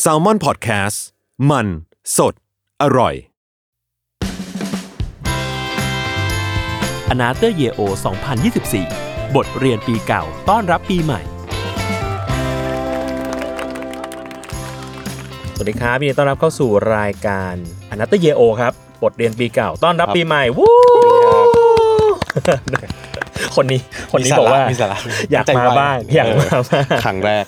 แซลมอนพอดแคสต์มันสดอร่อย อนาเตอร์เยโอ2024 บทเรียนปีเก่าต้อนรับปีใหม่ สวัสดีครับยินดีต้อนรับเข้าสู่รายการอนัตเยโอครับ บทเรียนปีเก่าต้อนรับปีใหม่ วู้ คนนี้คนนี้ มีสา บอก ระ ว่า มีสาระ อยาก ใจ มา ไว บ้างอยาก เออ มาบ้าง ครั้งแรก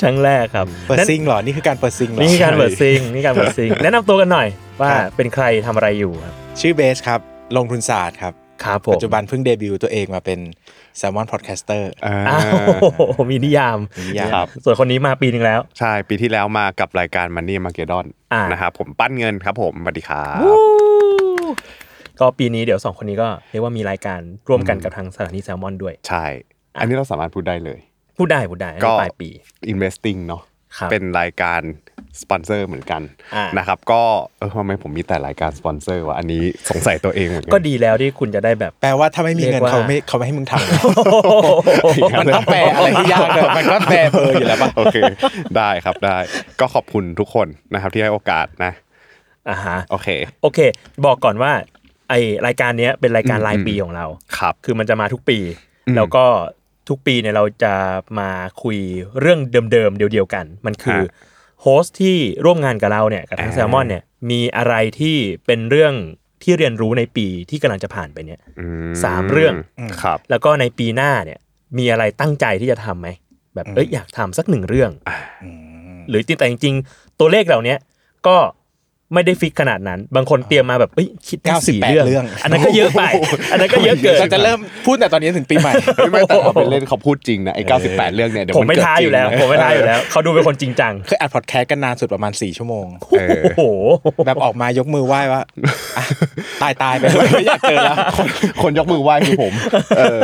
ชั้งแรกครับ เปิด นั่น ซิงเหรอ นี่คือการเปิดซิงเหรอ นี่คือการเปิดซิงนี่การเปิดซิง แนะนำตัวกันหน่อย ว่าเป็นใครทำอะไรอยู่ครับ ชื่อเบสครับ ลงทุนศาสตร์ครับ ครับผ ปั ม จจุบันเพิ่งเดบิวต์ตัวเองมาเป็น s ซ l m o n Podcaster อ้าวมีนิยาม ครับ ส่วนคนนี้มาปีหนึงแล้ว ใช่ ปีที่แล้วมากับรายการ Money Marketon อ่าน นะครับผมปั้นเงินครับผมสวัสดีครับ ก็ปีนี้เดี๋ยวสองคนนี้ก็เรียกว่ามีรายการร่วมกันกับทางสถานีแซลมอนด้วย ใช่ อันนี้เราสามารถพูดได้เลย พูดได้พูดได้อัน ก็ นี้ปลายปี Investing เนาะ ครับ เป็นรายการสปอนเซอร์เหมือนกัน อ่าน นะครับก็เออทำไมผมมีแต่รายการสปอนเซอร์วะอันนี้ สงสัยตัวเองเหมือนกั ก็ดีแล้วที่คุณจะได้แบบ แปลว่าถ้าไม่มีเรีเงินยกว่า เขาไม่เขาไม่ให้มึงทำ ย่า มันต้องแปลอะไรที่ยาก เลยมันก็แปลเพออยู่แล้วปะ โอเค ได้ครับได้ ก็ขอบคุณทุกคนนะครับที่ให้โอกาสนะ อ่าฮะ โอเค โอเค บอกก่อนว่าไอรายการเนี้ยเป็นรายการรายปีของเรา ครับ คือมันจะมาทุกปี แล้วก็ทุกปีเนี่ยเราจะมาคุยเรื่องเดิมๆเดียวๆกัน มันคือ ฮะ โฮสต์ที่ร่วมงานกับเราเนี่ยกับทาง อ่า แซลมอนเนี่ยมีอะไรที่เป็นเรื่องที่เรียนรู้ในปีที่กำลังจะผ่านไปเนี่ย อื สามเรื่อง ครับ แล้วก็ในปีหน้าเนี่ยมีอะไรตั้งใจที่จะทำไหมแบบเอ้ยอยากทำสักหนึ่งเรื่อง หรือจริงแต่จริงๆตัวเลขเหล่าเนี้ยก็ไม่ได้ฟิกขนาดนั้น บางคนเตรียมมาแบบเอ้ยคิดได้สี่ 98เรื่อง อันนั้นก็เยอะไป อันนั้นก็เยอะเกิน เราจะเริ่มพูดแต่ตอนนี้ถึง ปีใหม่ ไม่ไม่แต่เขาเป็นเล่นเขาพูดจริงนะไอ้98 เรื่องเนี่ยเดี๋ยว ผม น ไม่ เกิด ท้า จองริยู่แล้ว นะ ผมไม่ท้าอยู่แล้ว เขาดูเป็นคนจริงจัง เคยอัดพอดแคสต์กันนานสุดประมาณ 4 ชั่วโมง เออ โอ้โห แบบออกมายกมือไหว้ว่าอ่ะ ตายต ายไปเลยไม่อยากเจอแล้ว คนคนยกมือไหว้คือผม เออ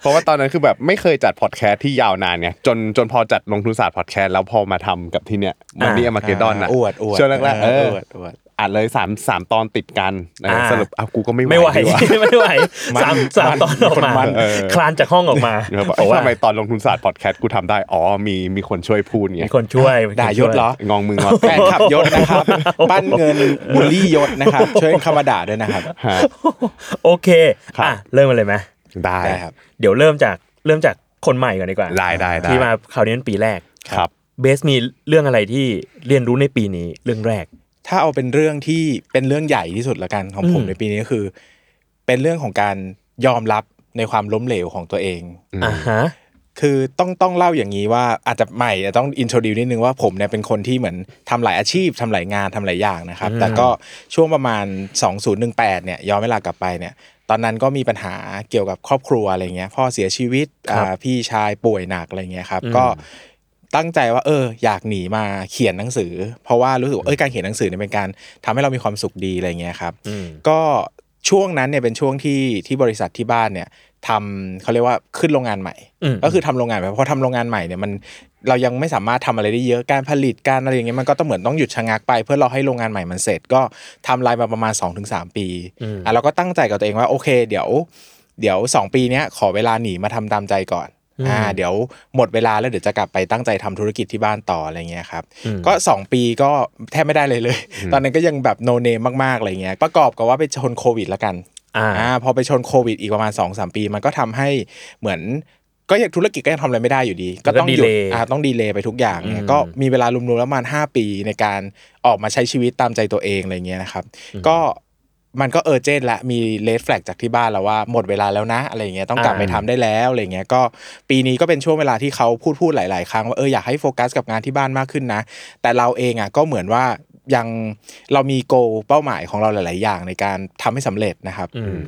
เพราะว่าตอนนั้นคือแบบไม่เคยจัดพอดแคสต์ที่ยาวนานเนี่ยจนจนพอจัดลงทุนศาสตร์พอดแคสต์แล้วพอมาทำกับที่เนี่ย อ่ามั มันนี่มาเกดอนอ่ะ อวดอวด ช่วงแรกๆเออ วดอวด อัดเลยสามสามตอนติดกันเอออา สรุปเอากูก็ไม่ ไม่ ไห ไห ว ว ดี ว่ะ ไม่ไหวสามสามตอนออกมา มันเออ คลานจากห้องออกมา แล้วแบบ บอกว่า ทำไมตอนลงทุนศาสตร์พอดแคสต์กูทำได้ อ๋อมีมีคนช่วยพูด มี เนี่ย คนช่วย ด่ายศเหรอ งองมือง อ แฟ แป้ น ง ขับยศนะครับ ปั้นเงินบูลลี่ยศนะครับ ช่วยเข้ามาด่าด้วยนะครับ ฮะ โอเค ครับ อ่ะเริ่มกันเลยไหม ได้ ได้ครับ เดี๋ยวเริ่มจากเริ่มจากคนใหม่ก่อนดีกว่า ได้ได้ได้ ที่มาคราวนี้เป็นปีแรก ครับ เบสมีเรื่องอะไรที่เรียนรู้ในปีนี้เรื่องแรก ถ้าเอาเป็นเรื่องที่เป็นเรื่องใหญ่ที่สุดละกันของผม อืม ในปีนี้ก็คือ เป็นเรื่องของการยอมรับในความล้มเหลวของตัวเอง อืม อ่าฮะ คือต้องต้องเล่าอย่างนี้ว่าอาจจะใหม่อาจจะต้องอินโทรดิวนิดนึงว่าผมเนี่ยเป็นคนที่เหมือนทำหลายอาชีพทำหลายงานทำหลายอย่างนะครับ แต่ก็ช่วงประมาณ 2018เนี่ยย้อนเวลากลับไปเนี่ย ตอนนั้นก็มีปัญหาเกี่ยวกับครอบครัวอะไรเงี้ยพ่อเสียชีวิต ครับ อ่าพี่ชายป่วยหนักอะไรเงี้ยครับก็ตั้งใจว่าเอออยากหนีมาเขียนหนังสือ เพราะว่ารู้สึกว่าเอยการเขียนหนังสือเนี่ยเป็นการทำให้เรามีความสุขดีอะไรเงี้ยครับ อืม ก็ช่วงนั้นเนี่ยเป็นช่วงที่ที่บริษัทที่บ้านเนี่ยทำเขาเรียกว่าขึ้นโรงงานใหม่ อืม ก็คือทำโรงงานใหม่เพราะทำโรงงานใหม่เนี่ยมันเรายังไม่สามารถทำอะไรได้เยอะการผลิตการอะไรอย่างเงี้ยมันก็ต้องเหมือนต้องหยุดชะงักไป เพื่อเราให้โรงงานใหม่มันเสร็จก็ทำลายมาประมาณ 2-3 ปี อืม อ่ะเราก็ตั้งใจกับตัวเองว่าโอเค เดี๋ยว เดี๋ยว 2 ปีเนี้ยขอเวลาหนีมาทำตามใจก่อน อืม อ่าเดี๋ยวหมดเวลาแล้วเดี๋ยวจะกลับไปตั้งใจทำธุรกิจที่บ้านต่ออะไรเงี้ยครับ อืม ก็ 2 ปีก็แทบไม่ได้เลยเลย ตอนนั้นก็ยังแบบโนเนมมาก ๆ อะไรเงี้ย ประกอบกับว่าไปชนโควิดละกัน อ่า พอไปชนโควิดอีกประมาณ 2-3 ปี มันก็ทำให้เหมือน ก็ยังธุรกิจก็ยังทำอะไรไม่ได้อยู่ดี ก็ต้องหยุด แล้วก็ delay อ่าต้องดีเลย์ไปทุกอย่างเนี่ อื ย ม ก็มีเวลารวมๆแล้วประมาณ5ปีในการออกมาใช้ชีวิตตามใจตัวเองอะไรเงี้ยนะครับ ก็มันก็เออเจนละมีเลดแฟลกจากที่บ้านแล้วว่าหมดเวลาแล้วนะอะไรเงี้ยต้องกลับไปทำได้แล้วอะไรเงี้ยก็ปีนี้ก็เป็นช่วงเวลาที่เขาพูดพูดหลาย ๆ ครั้งว่าเอออยากให้โฟกัสกับงานที่บ้านมากขึ้นนะ แต่เราเองอ่ะก็เหมือนว่ายังเรามีโกเป้าหมายของเราหลาย ๆ อย่างในการทำให้สำเร็จนะครับ อืม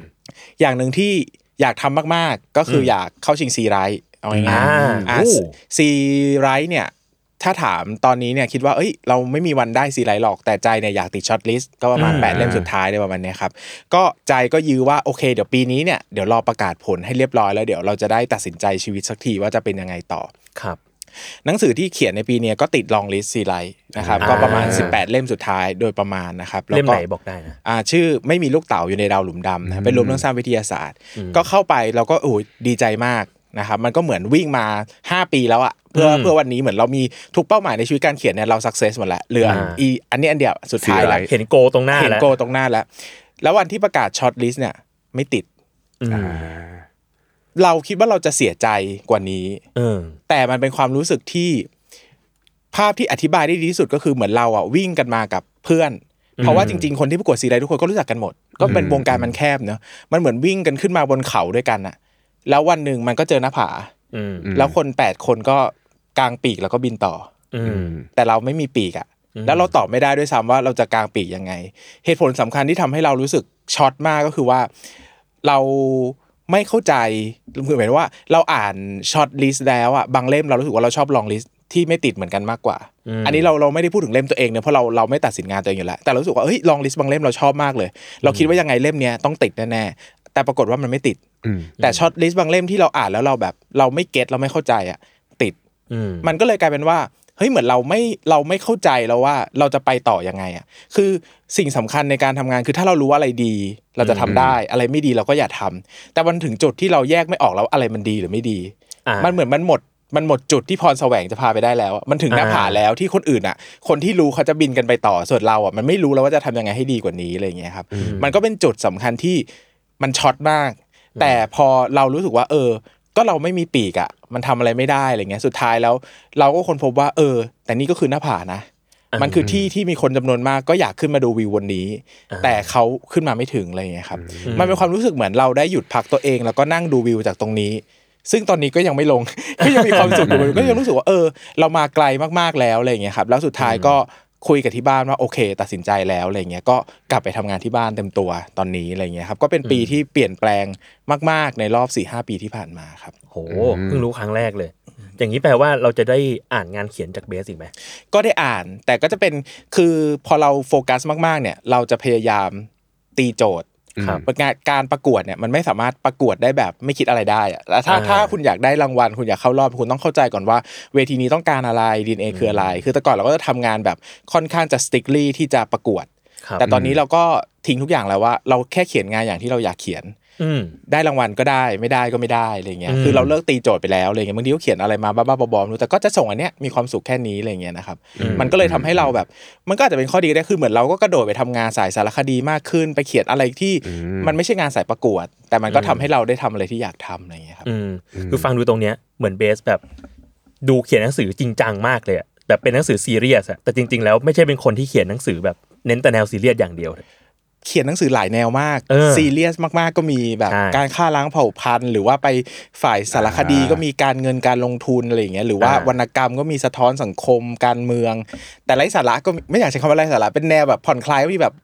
อย่างหนึ่งที่อยากทำมาก ๆ ก็คือออยากเข้าชิงซีไรท์เอาง่าย อ่า ๆอ่ะ โอ้ ซีไรท์เนี่ย ถ้าถามตอนนี้เนี่ยคิดว่าเอ้ยเราไม่มีวันได้ซีไรท์หรอกแต่ใจเนี่ยอยากติดช็อตลิสต์ก็ประมาณ อืม 8 เล่มสุดท้ายเลยประมาณเนี้ยครับ ก็ใจก็ยื้อว่าโอเคเดี๋ยวปีนี้เนี่ยเดี๋ยวรอประกาศผลให้เรียบร้อยแล้วเดี๋ยวเราจะได้ตัดสินใจชีวิตสักทีว่าจะเป็นยังไงต่อ ครับ หนังสือที่เขียนในปีเนี้ยก็ติดลองลิสต์ซีไรท์นะครับก็ประมาณ อ่า 18 เล่มสุดท้ายโดยประมาณนะครับแล้ว เล่มไหน ก็ บอกได้นะ อ่าชื่อไม่มีลูกเต๋าอยู่ในดาวหลุมดำนะเป็นรวมเรื่องสร้างวิทยาศาสตร์ อืม ก็เข้าไปเราก็โอ้ยดีใจมากนะครับมันก็เหมือนวิ่งมา 5 ปีแล้วอะเพื่อ อืม เพื่อวันนี้เหมือนเรามีทุกเป้าหมายในชีวิตการเขียนเนี่ยเราสักเซสหมดแล้วเหลืออา อีอันนี้อันเดียวสุดท้าย สีอะไร แล้ว เห็นโกตรงหน้า เห็น แล้ว โกตรงหน้าแล้ว แล้ววันที่ประกาศช็อตลิสต์เนี่ยไม่ติด อืม เราคิดว่าเราจะเสียใจกว่านี้ เออ แต่มันเป็นความรู้สึกที่ภาพที่อธิบายได้ดีที่สุดก็คือเหมือนเราอ่ะวิ่งกันมากับเพื่อน เพราะว่าจริง ๆ คนที่ประกวดซีไรท์ทุกคนก็รู้จักกันหมด ก็เป็นวงการมันแคบเนอะมันเหมือนวิ่งกันขึ้นมาบนเขาด้วยกันอะแล้ววันหนึ่งมันก็เจอหน้าผา อืม แล้วคนแปดคนก็กางปีกแล้วก็บินต่อ อืม แต่เราไม่มีปีกอะแล้วเราตอบไม่ได้ด้วยซ้ำว่าเราจะกางปีกยังไง เหตุผลสำคัญที่ทำให้เรารู้สึกช็อตมากก็คือว่าเราไม่เข้าใจคือหมายถึงว่าเราอ่านช็อตลิสต์แล้วอะบางเล่มเรารู้สึกว่าเราชอบลองลิสต์ที่ไม่ติดเหมือนกันมากกว่า อืม อันนี้เราเราไม่ได้พูดถึงเล่มตัวเองเนอะเพราะเราเราไม่ตัดสินงานตัวเองอยู่แล้วแต่เรารู้สึกว่าเฮ้ยลองลิสต์บางเล่มเราชอบมากเลย เราคิดว่ายังไงเล่มเนี้ยต้องติดแน่ๆแต่ปรากฏว่ามันไม่ติด แต่ช็อตลิสต์บางเล่มที่เราอ่านแล้วเราแบบเราไม่เก็ตเราไม่เข้าใจอะติด อืม มันก็เลยกลายเป็นว่าเฮ้ยเหมือนเราไม่เราไม่เข้าใจแล้วว่าเราจะไปต่อยังไงอ่ะคือสิ่งสำคัญในการทำงานคือถ้าเรารู้ว่าอะไรดี เราจะทำได้อะไรไม่ดีเราก็อย่าทำแต่มันถึงจุดที่เราแยกไม่ออกแล้วอะไรมันดีหรือไม่ดี อ่ามั มันเหมือนมันหมดมันหมดจุดที่พรแสวงจะพาไปได้แล้วอะมันถึงหน้า อ่า ผาแล้วที่คนอื่นอ่ะ คนที่รู้เขาจะบินกันไปต่อส่วนเราอ่ะมันไม่รู้แล้วว่าจะทำยังไงให้ดีกว่านี้อะไรอย่างเงี้ยครับ มันก็เป็นจุดสำคัญที่มันช็อตมาก แต่พอเรารู้สึกว่า เออ ก็เราไม่มีปีกอะมันทำอะไรไม่ได้อะไรเงี้ยสุดท้ายแล้ว เราก็คนพบว่า เออ แต่นี่ก็คือหน้าผานะ มันคือที่ที่มีคนจำนวนมากก็อยากขึ้นมาดูวิววันนี้ แต่เขาขึ้นมาไม่ถึงอะไรเงี้ยครับมันเป็นความรู้สึกเหมือนเราได้หยุดพักตัวเอง แล้วก็นั่งดูวิวจากตรงนี้ ซึ่งตอนนี้ก็ยัง ไม่ลง ก็ยังมีความสุขอยู่ก็ยังรู้สึกว่าเออ เรามาไกลมากๆแล้วอะไรเงี้ยครับแล้วสุดท้ายก็คุยกับที่บ้านว่าโอเค ตัดสินใจแล้วอะไรเงี้ยก็กลับไปทำงานที่บ้านเต็มตัวตอนนี้อะไรเงี้ยครับก็เป็นปีที่เปลี่ยนแปลงมาก ๆ ในรอบ4ี่หปีที่ผ่านมาครับ โหเพิ่งรู้ครั้งแรกเลย อย่างนี้แปลว่าเราจะได้อ่านงานเขียนจากเบสอีกไหม ก็ได้อ่านแต่ก็จะเป็นคือพอเราโฟกัสมากๆเนี่ยเราจะพยายามตีโจทย์ ครับ งานการประกวดเนี่ยมันไม่สามารถประกวดได้แบบไม่คิดอะไรได้อะแล้วถ้า อ่า ถ้าคุณอยากได้รางวัลคุณอยากเข้ารอบคุณต้องเข้าใจก่อนว่าเวทีนี้ต้องการอะไรดีเอคืออะไร คือแต่ก่อนเราก็จะทำงานแบบค่อนข้างจะสติ๊กลี่ที่จะประกวด ครับ แต่ตอนนี้เราก็ทิ้งทุกอย่างแล้วว่า เราแค่เขียนงานอย่างที่เราอยากเขียน อืม ได้รางวัลก็ได้ไม่ได้ก็ไม่ได้อะไรเงี้ย อืม คือเราเลิกตีโจทย์ไปแล้วอะไรเงี้ยบางทีก็เขียนอะไรมาบ้าๆบอๆไม่รู้แต่ก็จะส่งอันเนี้ยมีความสุขแค่นี้อะไรเงี้ยนะครับมันก็เลยทำให้เราแบบ มันก็อาจจะเป็นข้อดีก็ได้คือเหมือนเราก็กระโดดไปทำงานสายสารคดีมากขึ้น ไปเขียนอะไรที่มันไม่ใช่งานสายประกวด แต่มันก็ทำให้เราได้ทำอะไรที่อยากทำอะไรเงี้ยครับ อืมคือฟังดูตรงเนี้ยเหมือนเบสแบบ ดูเขียนหนังสือจริงจังมากเลยอะแบบเป็นหนังสือซีเรียสอะแต่จริง ๆ แล้วไม่ใช่เป็นคนที่เขียนหนังสือแบบเน้นแต่แนวซีเรียสอย่างเดียว เขียนหนังสือหลายแนวมาก เออ ซีเรียสมากๆ ก็มีแบบ ใช่ การฆ่าล้างเผ่าพันธุ์ หรือว่าไปฝ่ายสารคดีก็มีการเงินการลงทุนอะไรอย่างเงี้ยหรือว่า อ่าว รรณกรรมก็มีสะท้อนสังคมการเมือง แต่ไร้สาระก็มีไม่อยากใช้คำว่าไร้สาระเป็นแนวแบบผ่อนคลายก็มีแบบ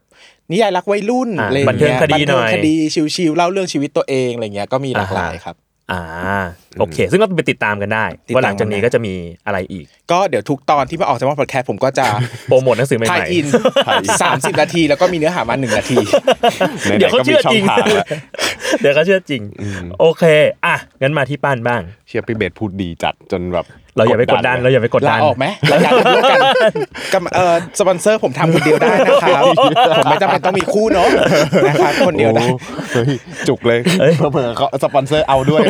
นิยายรักวัยรุ่น อ่า อะไรอย่าง บันเทิ เงี้ ง ย คดีหน่อย บัเทิงคดีชิวๆเล่าเรื่องชีวิตตัวเองอะไรเงี้ยก็มีหลากหลาย อ่าฮะ ครับ อ่า โอเค ซึ่งก็ไปติดตามกันได้ ติดตาม ว่าหลังจากนี้ก็จะมีอะไรอีก ก็เดี๋ยวทุกตอนที่มาออกจากมอพอดแคสผมก็จะ โปรโมทหนังสือใหม่ๆ ทายอินสามสิบนาทีแล้วก็มีเนื้อหามาหนึ่งนาที เดี๋ยวเขาเชื่อจริง ไหนๆก็มีช่องทางแล้ว เดี๋ยวเขาเชื่อจริง โอเค อ่ะ งั้นมาที่ป้านบ้าง เชียร์พี่เบสพูดดีจัดจนแบบ เราอย่าไปกดดัน เราอย่าไปกดดัน ลาออกไหมรายการทำร่วมกันกับเอ่อสปอนเซอร์ผมทำคนเดียวได้นะครับ ผมไม่จำเป็นต้องมีคู่เนาะนะครับคนเดียวได้ โอ้เฮ้ยจุกเลยเผื่อๆเขาสปอนเซอร์เอา ด้วย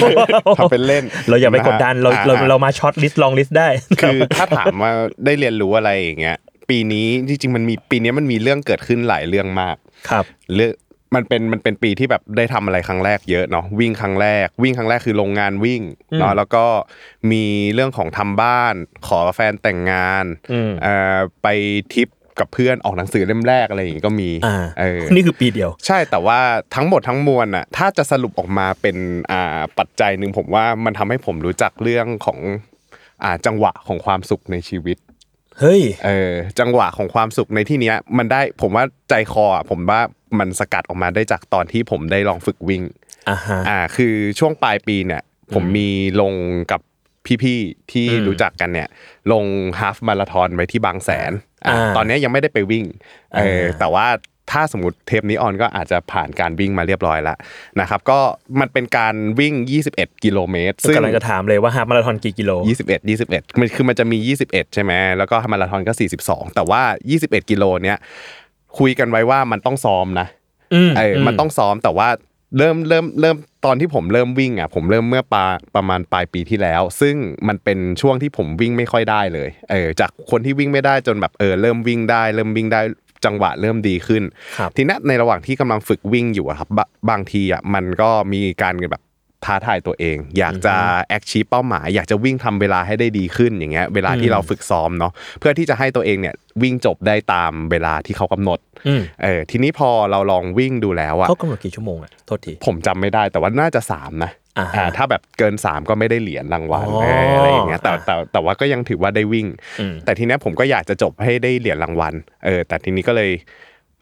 ทำเป็นเล่น เราอย่าไปกดดัน เรา อ่ เรา อ่ เรามาช็อตลิสต์ลองลิสต์ได้ คือถ้าถามว่าได้เรียนรู้อะไรอย่างเงี้ย ปีนี้จริงๆมันมีปีนี้มันมีเรื่องเกิดขึ้นหลายเรื่องมาก ครับ เรื่อง มันเป็นมันเป็นปีที่แบบได้ทำอะไรครั้งแรกเยอะเนาะวิ่งครั้งแรก วิ่งครั้งแรกคือโรงงานวิ่งเนาะแล้วก็มีเรื่องของทำบ้าน ขอแฟนแต่งงาน อืม เอ่อไปทริปกับเพื่อนออกหนังสือเล่มแรกอะไรอย่างงี้ก็มี อ่า เออ นี่คือปีเดียว ใช่แต่ว่าทั้งหมดทั้งมวลน่ะถ้าจะสรุปออกมาเป็นอ่าปัจจัยหนึ่งผมว่ามันทำให้ผมรู้จักเรื่องของอ่าจังหวะของความสุขในชีวิต เฮ้ย เออจังหวะของความสุขในที่เนี้ยมันได้ผมว่าใจคออ่ะผมว่ามันสกัดออกมาได้จากตอนที่ผมได้ลองฝึกวิ่ง อ่าฮะ อ่าคือช่วงปลายปีเนี่ยผมมีลงกับพี่ๆที่ อืม รู้จักกันเนี่ยลงฮาฟมาราทอนไว้ที่บางแสนอ่า อ่า ตอนเนี้ยยังไม่ได้ไปวิ่งเออแต่ แต่ว่าถ้าสมมติเทปนี้ออนก็อาจจะผ่านการวิ่งมาเรียบร้อยแล้วนะครับก็มันเป็นการวิ่ง 21 กิโลเมตร กำลังจะถามเลยว่าฮาล์ฟมาราธอนกี่กิโล 21 21มันคือมันจะมี 21 ใช่ไหมแล้วก็มาราธอนก็ 42 แต่ว่า 21 กิโลเนี้ยคุยกันไว้ว่ามันต้องซ้อมนะ อืม เอออมันต้องซ้อมแต่ว่าเริ่มเริ่มเริ่มตอนที่ผมเริ่มวิ่งอ่ะผมเริ่มเมื่อปาประมาณปลายปีที่แล้ว ซึ่งมันเป็นช่วงที่ผมวิ่งไม่ค่อยได้เลยเออจากคนที่วิ่งไม่ได้จนแบบเออเริ่มวิ่งได้ เริ่มวิ่งได้จังหวะเริ่มดีขึ้น ครับ ทีเนี้ยในระหว่างที่กำลังฝึกวิ่งอยู่อะครับบะบางทีอ่ะมันก็มีการแบบท้าทายตัวเอง อยากจะแอคชีพเป้าหมาย อยากจะวิ่งทำเวลาให้ได้ดีขึ้นอย่างเงี้ยเวลาที่เราฝึกซ้อมเนาะเพื่อที่จะให้ตัวเองเนี่ยวิ่งจบได้ตามเวลาที่เขากำหนด อืม เออทีนี้พอเราลองวิ่งดูแล้วอ่ะ เขากำหนดกี่ชั่วโมงอ่ะ โทษที ผมจำไม่ได้แต่ว่าน่าจะสามนะ อ่าฮะ อ่าถ้าแบบเกิน 3 ก็ไม่ได้เหรียญรางวัล อ๋อ เอออะไรอย่างเงี้ยแต่ อ่า แต่แต่ว่าก็ยังถือว่าได้วิ่ง อืม แต่ทีเนี้ยผมก็อยากจะจบให้ได้เหรียญรางวัล เออ แต่ทีนี้ก็เลย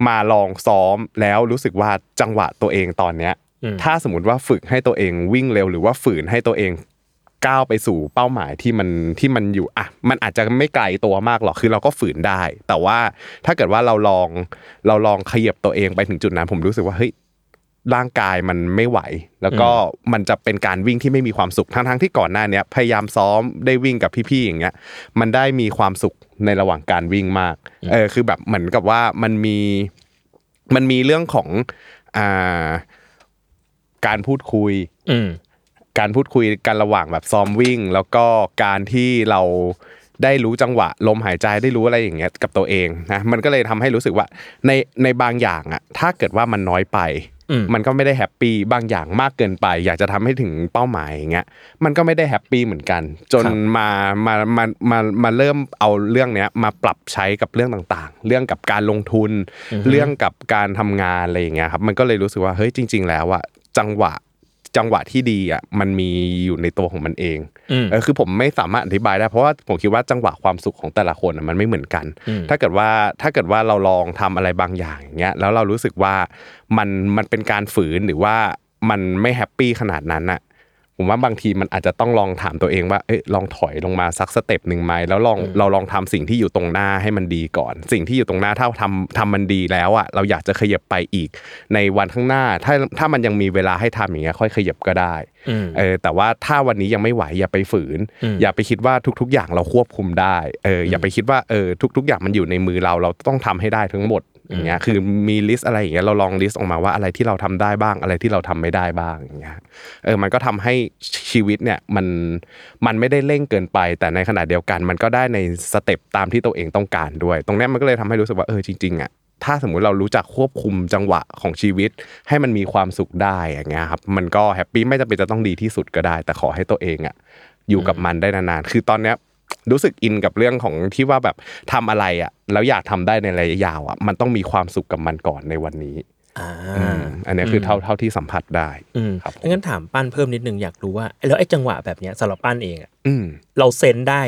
มาลองซ้อมแล้วรู้สึกว่าจังหวะตัวเองตอนเนี้ย อืม ถ้าสมมติว่าฝึกให้ตัวเองวิ่งเร็วหรือว่าฝืนให้ตัวเองก้าวไปสู่เป้าหมายที่มันที่มันอยู่อ่ะมันอาจจะไม่ไกลตัวมากหรอกคือเราก็ฝืนได้ แต่ว่าถ้าเกิดว่าเราลองเราลองขยับตัวเองไปถึงจุดนั้น ผมรู้สึกว่าเฮ้ย ร่างกายมันไม่ไหว แล้วก็มันจะเป็นการวิ่งที่ไม่มีความสุขทั้งทั้งๆที่ก่อนหน้าเนี้ยพยายามซ้อมได้วิ่งกับพี่ๆอย่างเงี้ยมันได้มีความสุขในระหว่างการวิ่งมากเออคือแบบเหมือนกับว่ามันมีมันมีเรื่องของอ่าการพูดคุย อืม การพูดคุยกันระหว่างแบบซ้อมวิ่ง แล้วก็การที่เราได้รู้จังหวะ ลมหายใจได้รู้อะไรอย่างเงี้ยกับตัวเองนะมันก็เลยทำให้รู้สึกว่าในในบางอย่างอะถ้าเกิดว่ามันน้อยไป อืม มันก็ไม่ได้แฮปปี้บางอย่างมากเกินไป อยากจะทำให้ถึงเป้าหมายอย่างเงี้ยมันก็ไม่ได้แฮปปี้เหมือนกัน จนมามามามามาเริ่มเอาเรื่องเนี้ยมาปรับใช้กับเรื่องต่างๆ เรื่องกับการลงทุน เรื่องกับการทำงานอะไรอย่างเงี้ยครับมันก็เลยรู้สึกว่าเฮ้ยจริง ๆ แล้วอะจังหวะ จังหวะที่ดีอ่ะมันมีอยู่ในตัวของมันเอง อืม เออคือผมไม่สามารถอธิบายได้เพราะว่าผมคิดว่าจังหวะความสุขของแต่ละคนอะมันไม่เหมือนกัน อืม ถ้าเกิดว่าถ้าเกิดว่าเราลองทำอะไรบางอย่างอย่างเงี้ยแล้วเรารู้สึกว่ามันมันเป็นการฝืนหรือว่ามันไม่แฮปปี้ขนาดนั้นอ่ะผมว่าบางทีมันอาจจะต้องลองถามตัวเองว่าเอ้ยลองถอยลงมาสักสเต็ปหนึ่งไหมแล้วลองเราลองทำสิ่งที่อยู่ตรงหน้าให้มันดีก่อน สิ่งที่อยู่ตรงหน้าถ้าทำทำมันดีแล้วอ่ะเราอยากจะขยับไปอีกในวันข้างหน้า ถ้าถ้ามันยังมีเวลาให้ทำอย่างเงี้ยค่อยขยับก็ได้ อืม เออแต่ว่าถ้าวันนี้ยังไม่ไหวอย่าไปฝืน อืม อย่าไปคิดว่าทุก ๆ อย่างเราควบคุมได้เอออย่าไปคิดว่าเออทุก ๆ อย่างมันอยู่ในมือเราเราต้องทำให้ได้ทั้งหมดอย่างเงี้ยคือมีลิสต์อะไรอย่างเงี้ยเราลองลิสต์ออกมาว่าอะไรที่เราทำได้บ้างอะไรที่เราทำไม่ได้บ้างอย่างเงี้ยเออมันก็ทำให้ชีวิตเนี่ยมันมันไม่ได้เร่งเกินไป แต่ในขณะเดียวกันมันก็ได้ในสเต็ปตามที่ตัวเองต้องการด้วย ตรงเนี้ยมันก็เลยทำให้รู้สึกว่าเออจริงๆอ่ะ ถ้าสมมุติเรารู้จักควบคุมจังหวะของชีวิต ให้มันมีความสุขได้อย่างเงี้ยครับมันก็แฮปปี้ไม่จำเป็นจะต้องดีที่สุดก็ได้ แต่ขอให้ตัวเองอ่ะอยู่กับมันได้นานๆคือตอนเนี้ยรู้สึกอินกับเรื่องของที่ว่าแบบทำอะไรอ่ะแล้วอยากทำได้ในระยะยาวอ่ะมันต้องมีความสุขกับมันก่อนในวันนี้ อ่า อืมอันเนี้ยคือเท่าเท่าที่สัมผัสได้ อืม ครับผม งั้นถามปั้นเพิ่มนิดนึงอยากรู้ว่าแล้วไอ้จังหวะแบบเนี้ยสำหรับปั้นเองอะ อืม เราเซนได้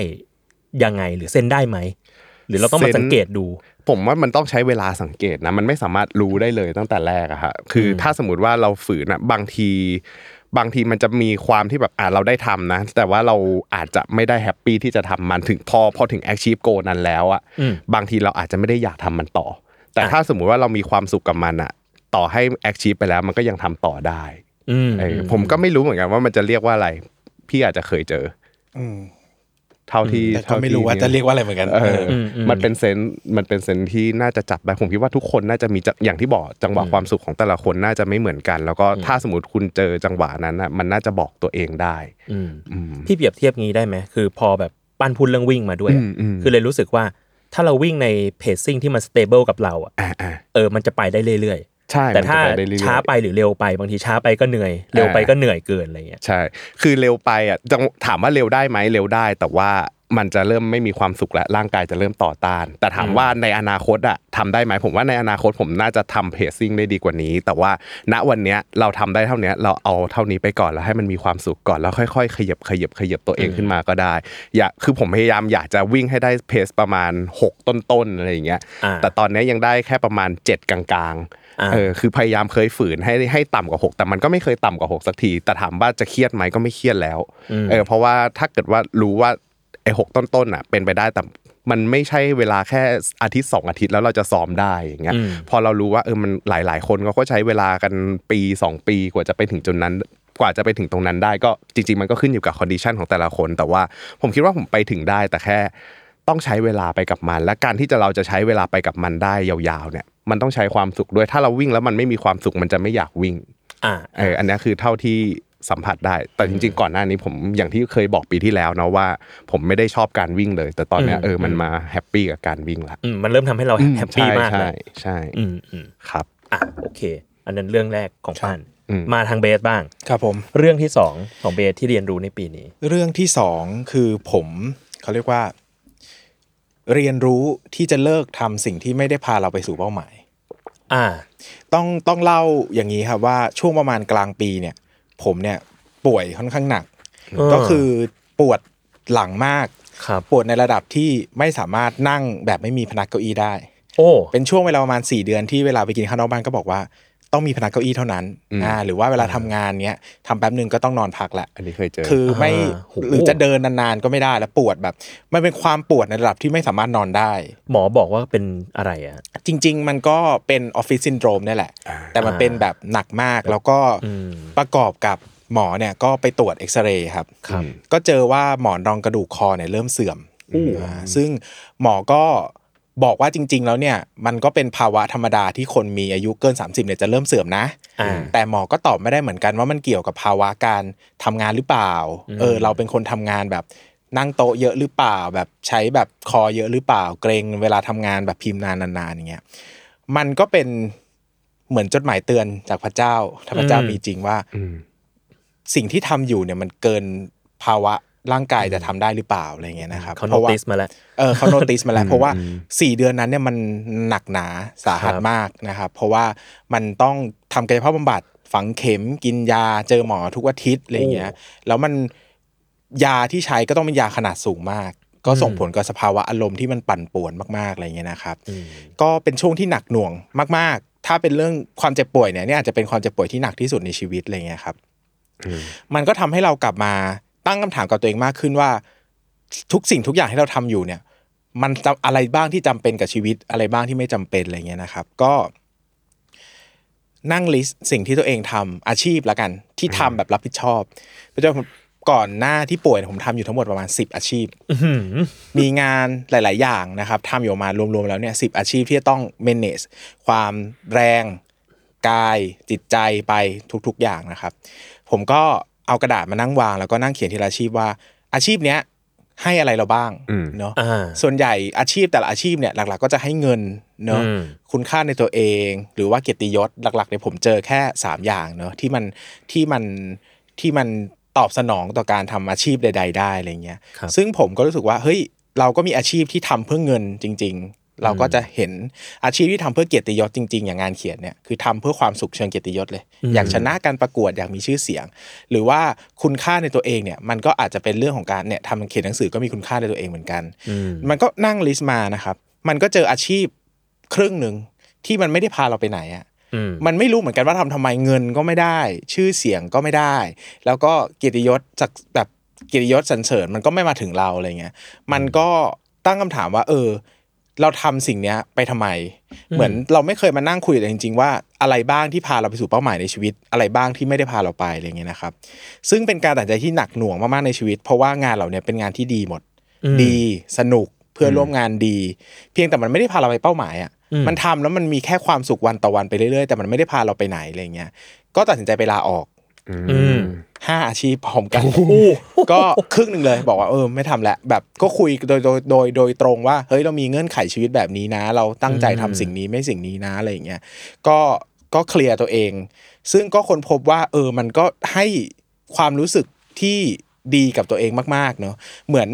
ยังไงหรือเซนได้ไหม หรือเราต้องมา เซ็น สังเกตดู ผมว่ามันต้องใช้เวลาสังเกตนะมันไม่สามารถรู้ได้เลยตั้งแต่แรกอะฮะคืออถ้าสมมติว่าเราฝืนอะบางที บางทีมันจะมีความที่แบบอ่าเราได้ทำนะ แต่ว่าเราอาจจะไม่ได้แฮปปี้ที่จะทำมันถึงพอพอถึงแอคชีพโกนั้นแล้วอะ อืม บางทีเราอาจจะไม่ได้อยากทำมันต่อ แต่ อ่ะ ถ้าสมมุติว่าเรามีความสุขกับมันอะต่อให้แอคชีพไปแล้วมันก็ยังทำต่อได้ อืม เอออผมก็ไม่รู้เหมือนกันว่ามันจะเรียกว่าอะไร พี่อาจจะเคยเจอ อืม เท่าที่ แต่ก็ เท่ที่ ไม่รู้ว่า นี่ จะเรียกว่าอะไรเหมือนกัน เอ เอ อ อ อมันเป็นเซนส์มันเป็นเซนส์ที่น่าจะจับได้ผมคิดว่าทุกคนน่าจะมีจะอย่างที่บอกจังหวะความสุขของแต่ละคนน่าจะไม่เหมือนกัน แล้วก็ถ้าสมมติคุณเจอจังหวะนั้นน่ะมันน่าจะบอกตัวเองได้ อืม อืม พี่เปรียบเทียบงี้ได้ไหมคือพอแบบปั้นพูดเรื่องวิ่งมาด้วยอะ อืมอืม คือเลยรู้สึกว่าถ้าเราวิ่งในเพจซิ่งที่มันสเตเบิลกับเราอะ อ่าอ่า เออมันจะไปได้เรื่อย ใช่ แต่ มันจะ ถ้า ไปได้เรื่อยๆ ช้าไปหรือเร็วไปบางทีช้าไปก็เหนื่อย เร็วไปก็เหนื่อยเกินอะไรเงี้ย ใช่ คือเร็วไปอ่ะจังถามว่าเร็วได้ไหมเร็วได้ แต่ว่ามันจะเริ่มไม่มีความสุขและร่างกายจะเริ่มต่อต้าน แต่ถามว่าในอนาคตอ่ะทำได้ไหมผมว่าในอนาคตผมน่าจะทำเพจซิ่งได้ดีกว่านี้ แต่ว่าณวันเนี้ยเราทำได้เท่าเนี้ยเราเอาเท่านี้ไปก่อนแล้วให้มันมีความสุขก่อนแล้วค่อยๆ ขยับขยับขยับตัวเองขึ้นมาก็ได้อย่าคือผมพยายามอยากจะวิ่งให้ได้เพจประมาณ 6 ต้นๆอะไรอย่างเงี้ย อ่า แต่ตอนเนี้ยยังได้แค่ประมาณ 7 กลางๆ เออคือพยายามเคยฝืนให้ให้ต่ำกว่า 6 แต่มันก็ไม่เคยต่ำกว่า 6 สักที แต่ถามว่าจะเครียดไหมก็ไม่เครียดแล้วเออเพราะว่าถ้าเกิดว่ารู้ว่าไอ้หกต้นๆอ่ะเป็นไปได้แต่มันไม่ใช่เวลาแค่อาทิตย์ 2 อาทิตย์แล้วเราจะซ้อมได้อย่างเงี้ยพอเรารู้ว่าเออมันหลายๆ คนเขาก็ใช้เวลากันปี 2 ปีกว่าจะไปถึงจนนั้น กว่าจะไปถึงตรงนั้นได้ก็จริง ๆ มันก็ขึ้นอยู่กับคอนดิชันของแต่ละคน แต่ว่าผมคิดว่าผมไปถึงได้แต่แค่ ต้องใช้เวลาไปกับมัน และการที่จะเราจะใช้เวลาไปกับมันได้ยาวๆเนี่ยมันต้องใช้ความสุขด้วยถ้าเราวิ่งแล้วมันไม่มีความสุขมันจะไม่อยากวิ่ง อ่า เอออันเนี้ยคือเท่าที่สัมผัสได้ แต่จริง ๆ ก่อนหน้านี้ผมอย่างที่เคยบอกปีที่แล้วเนาะว่า ผมไม่ได้ชอบการวิ่งเลย แต่ตอนเนี้ย อืม เออมันมาแฮปปี้กับการวิ่งละ อืมมันเริ่มทำให้เราแฮปปี้มาก ใช่ เล ใช่ ย ใช่ อืมอืม ครับ อ่ะโอเค อันนั้นเรื่องแรกของป้าน อืม มาทางเบสบ้าง ครับผม เรื่องที่สองของเบสที่เรียนรู้ในปีนี้ เรื่องที่สองคือผมเขาเรียกว่า เรียนรู้ที่จะเลิกทำสิ่งที่ไม่ได้พาเราไปสู่เป้าหมาย อ่า ต้องต้องเล่าอย่างนี้ครับว่าช่วงประมาณกลางปีเนี่ย ผมเนี่ยป่วยค่อนข้างหนัก อ่า ก็คือปวดหลังมาก ครับ ปวดในระดับที่ไม่สามารถนั่งแบบไม่มีพนักเก้าอี้ได้ โอ้ เป็นช่วงเวลาประมาณ 4 เดือนที่เวลาไปกินข้าวนอกบ้านก็บอกว่า ต้องมีพนักเก้าอี้เท่านั้นอ่าหรือว่าเวลาทำงานเนี้ยทำแป๊บหนึ่งก็ต้องนอนพักแหละ อันนี้เคยเจอ คือไม่ อ่าโห หรือจะเดินนานๆก็ไม่ได้แล้วปวดแบบ มันเป็นความปวดในระดับที่ไม่สามารถนอนได้ หมอบอกว่าเป็นอะไรอ่ะ จริง ๆ มันก็เป็นออฟฟิศซินโดรมนี่แหละ แต่มันเป็นแบบหนักมากแล้วก็ประกอบกับหมอเนี่ยก็ไปตรวจเอ็กซเรย์ครับ ครับ ก็เจอว่าหมอนรองกระดูกคอเนี่ยเริ่มเสื่อมอ่าซึ่งหมอก็บอกว่าจริง ๆ แล้วเนี่ยมันก็เป็นภาวะธรรมดาที่คนมีอายุเกิน 30เนี่ยจะเริ่มเสื่อมนะ อ่า แต่หมอก็ตอบไม่ได้เหมือนกันว่ามันเกี่ยวกับภาวะการทำงานหรือเปล่า เออเราเป็นคนทำงานแบบนั่งโต๊ะเยอะหรือเปล่า แบบใช้แบบคอเยอะหรือเปล่า เกรงเวลาทำงานแบบพิมพ์นานนานๆอย่างเงี้ยมันก็เป็นเหมือนจดหมายเตือนจากพระเจ้าถ้าพระเจ้ามีจริงว่า สิ่งที่ทำอยู่เนี่ยมันเกินภาวะร่างกายจะทำได้หรือเปล่าอะไรเงี้ยนะครับ เขา พ โน ระว่ ติสมาแล้ว เออเขาโนติสมาแล้ว เพราะว่าสี่เดือนนั้นเนี่ยมันหนักหนาสาหัส ครับ มากนะครับเพราะว่ามันต้องทำกายภาพบำบัดฝังเข็มกินยาเจอหมอทุกอาทิตย์อะไรเงี้ยแล้วมันยาที่ใช้ก็ต้องเป็นยาขนาดสูงมาก ก็ส่งผลกับสภาวะอารมณ์ที่มันปั่นป่วนมากๆอะไรเงี้ยนะครับ ก็เป็นช่วงที่หนักหน่วงมาก ๆ ถ้าเป็นเรื่องความเจ็บป่วยเนี่ยเนี่ยอาจจะเป็นความเจ็บป่วยที่หนักที่สุดในชีวิตอะไรเงี้ยครับ มันก็ทำให้เรากลับมาตั้งคำถามกับตัวเองมากขึ้นว่า ทุกสิ่งทุกอย่างที่เราทำอยู่เนี่ย มันจะอะไรบ้างที่จำเป็นกับชีวิตอะไรบ้างที่ไม่จำเป็นอะไรเงี้ยนะครับ ก็นั่งลิสต์สิ่งที่ตัวเองทำอาชีพละกัน ที่ทำแบบรับผิดชอบปัจจุบันก่อนหน้าที่ป่วยผมทำอยู่ทั้งหมดประมาณ 10 อาชีพ มีงานหลาย ๆ อย่างนะครับทำอยู่ประมาณรวม ๆ แล้วเนี่ยสิอาชีพที่จะต้อง manage ความแรง กายจิตใจไปทุก ๆ อย่างนะครับ ผมก็เอากระดาษมานั่งวาง แล้วก็นั่งเขียนทีละอาชีพว่า อาชีพเนี้ยให้อะไรเราบ้างเนาะ อ่า ส่วนใหญ่อาชีพแต่ละอาชีพเนี่ยหลัก ๆ ก็จะให้เงินเนาะ อืม คุณค่าในตัวเอง หรือว่าเกียรติยศหลักๆเนี่ยผมเจอแค่ 3 อย่างเนาะที่มันที่มันที่มันตอบสนองต่อการทำอาชีพใด ๆ ได้อะไรเงี้ย ครับ ซึ่งผมก็รู้สึกว่าเฮ้ยเราก็มีอาชีพที่ทำเพื่อเงินจริง ๆ เราก็จะเห็นอาชีพที่ทำเพื่อเกียรติยศจริง ๆ อย่างงานเขียนเนี่ยคือทำเพื่อความสุขเชิงเกียรติยศเลย อยากชนะการประกวดอยากมีชื่อเสียง หรือว่าคุณค่าในตัวเองเนี่ยมันก็อาจจะเป็นเรื่องของการเนี่ยทำเขียนหนังสือก็มีคุณค่าในตัวเองเหมือนกัน มันก็นั่งลิสต์มานะครับ มันก็เจออาชีพครึ่งหนึ่งที่มันไม่ได้พาเราไปไหนอะ อืม มันไม่รู้เหมือนกันว่าทำทำไมเงินก็ไม่ได้ ชื่อเสียงก็ไม่ได้ แล้วก็เกียรติยศจากแบบเกียรติยศสรรเสริญมันก็ไม่มาถึงเราอะไรเงี้ยมันก็ตั้งคำถามว่า เออ เราทำสิ่งเนี้ยไปทำไม เหมือนเราไม่เคยมานั่งคุยกันจริง ๆ ว่าอะไรบ้างที่พาเราไปสู่เป้าหมายในชีวิต อะไรบ้างที่ไม่ได้พาเราไปอะไรเงี้ยนะครับ ซึ่งเป็นการตัดสินใจที่หนักหน่วงมากๆในชีวิต เพราะว่างานเราเนี่ยเป็นงานที่ดีหมด ดีสนุกเพื่อนร่วมงานดี เพียงแต่มันไม่ได้พาเราไปเป้าหมายอ่ะมันทำแล้วมันมีแค่ความสุขวันต่อวันไปเรื่อยๆ แต่มันไม่ได้พาเราไปไหนอะไรเงี้ยก็ตัดสินใจไปลาออก อืม ห้าอาชีพพร้อมกันก็ครึ่งหนึ่งเลยบอกว่าเออไม่ทำแล้วแบบก็คุยโดยโดยโดยโดยตรงว่าเฮ้ยเรามีเงื่อนไขชีวิตแบบนี้นะ เราตั้งใจทำสิ่งนี้ไม่สิ่งนี้นะอะไรอย่างเงี้ยก็ ก็เคลียร์ตัวเอง ซึ่งก็คนพบว่า เออมันก็ให้ความรู้สึกที่ดีกับตัวเองมากๆเนอะเหมือน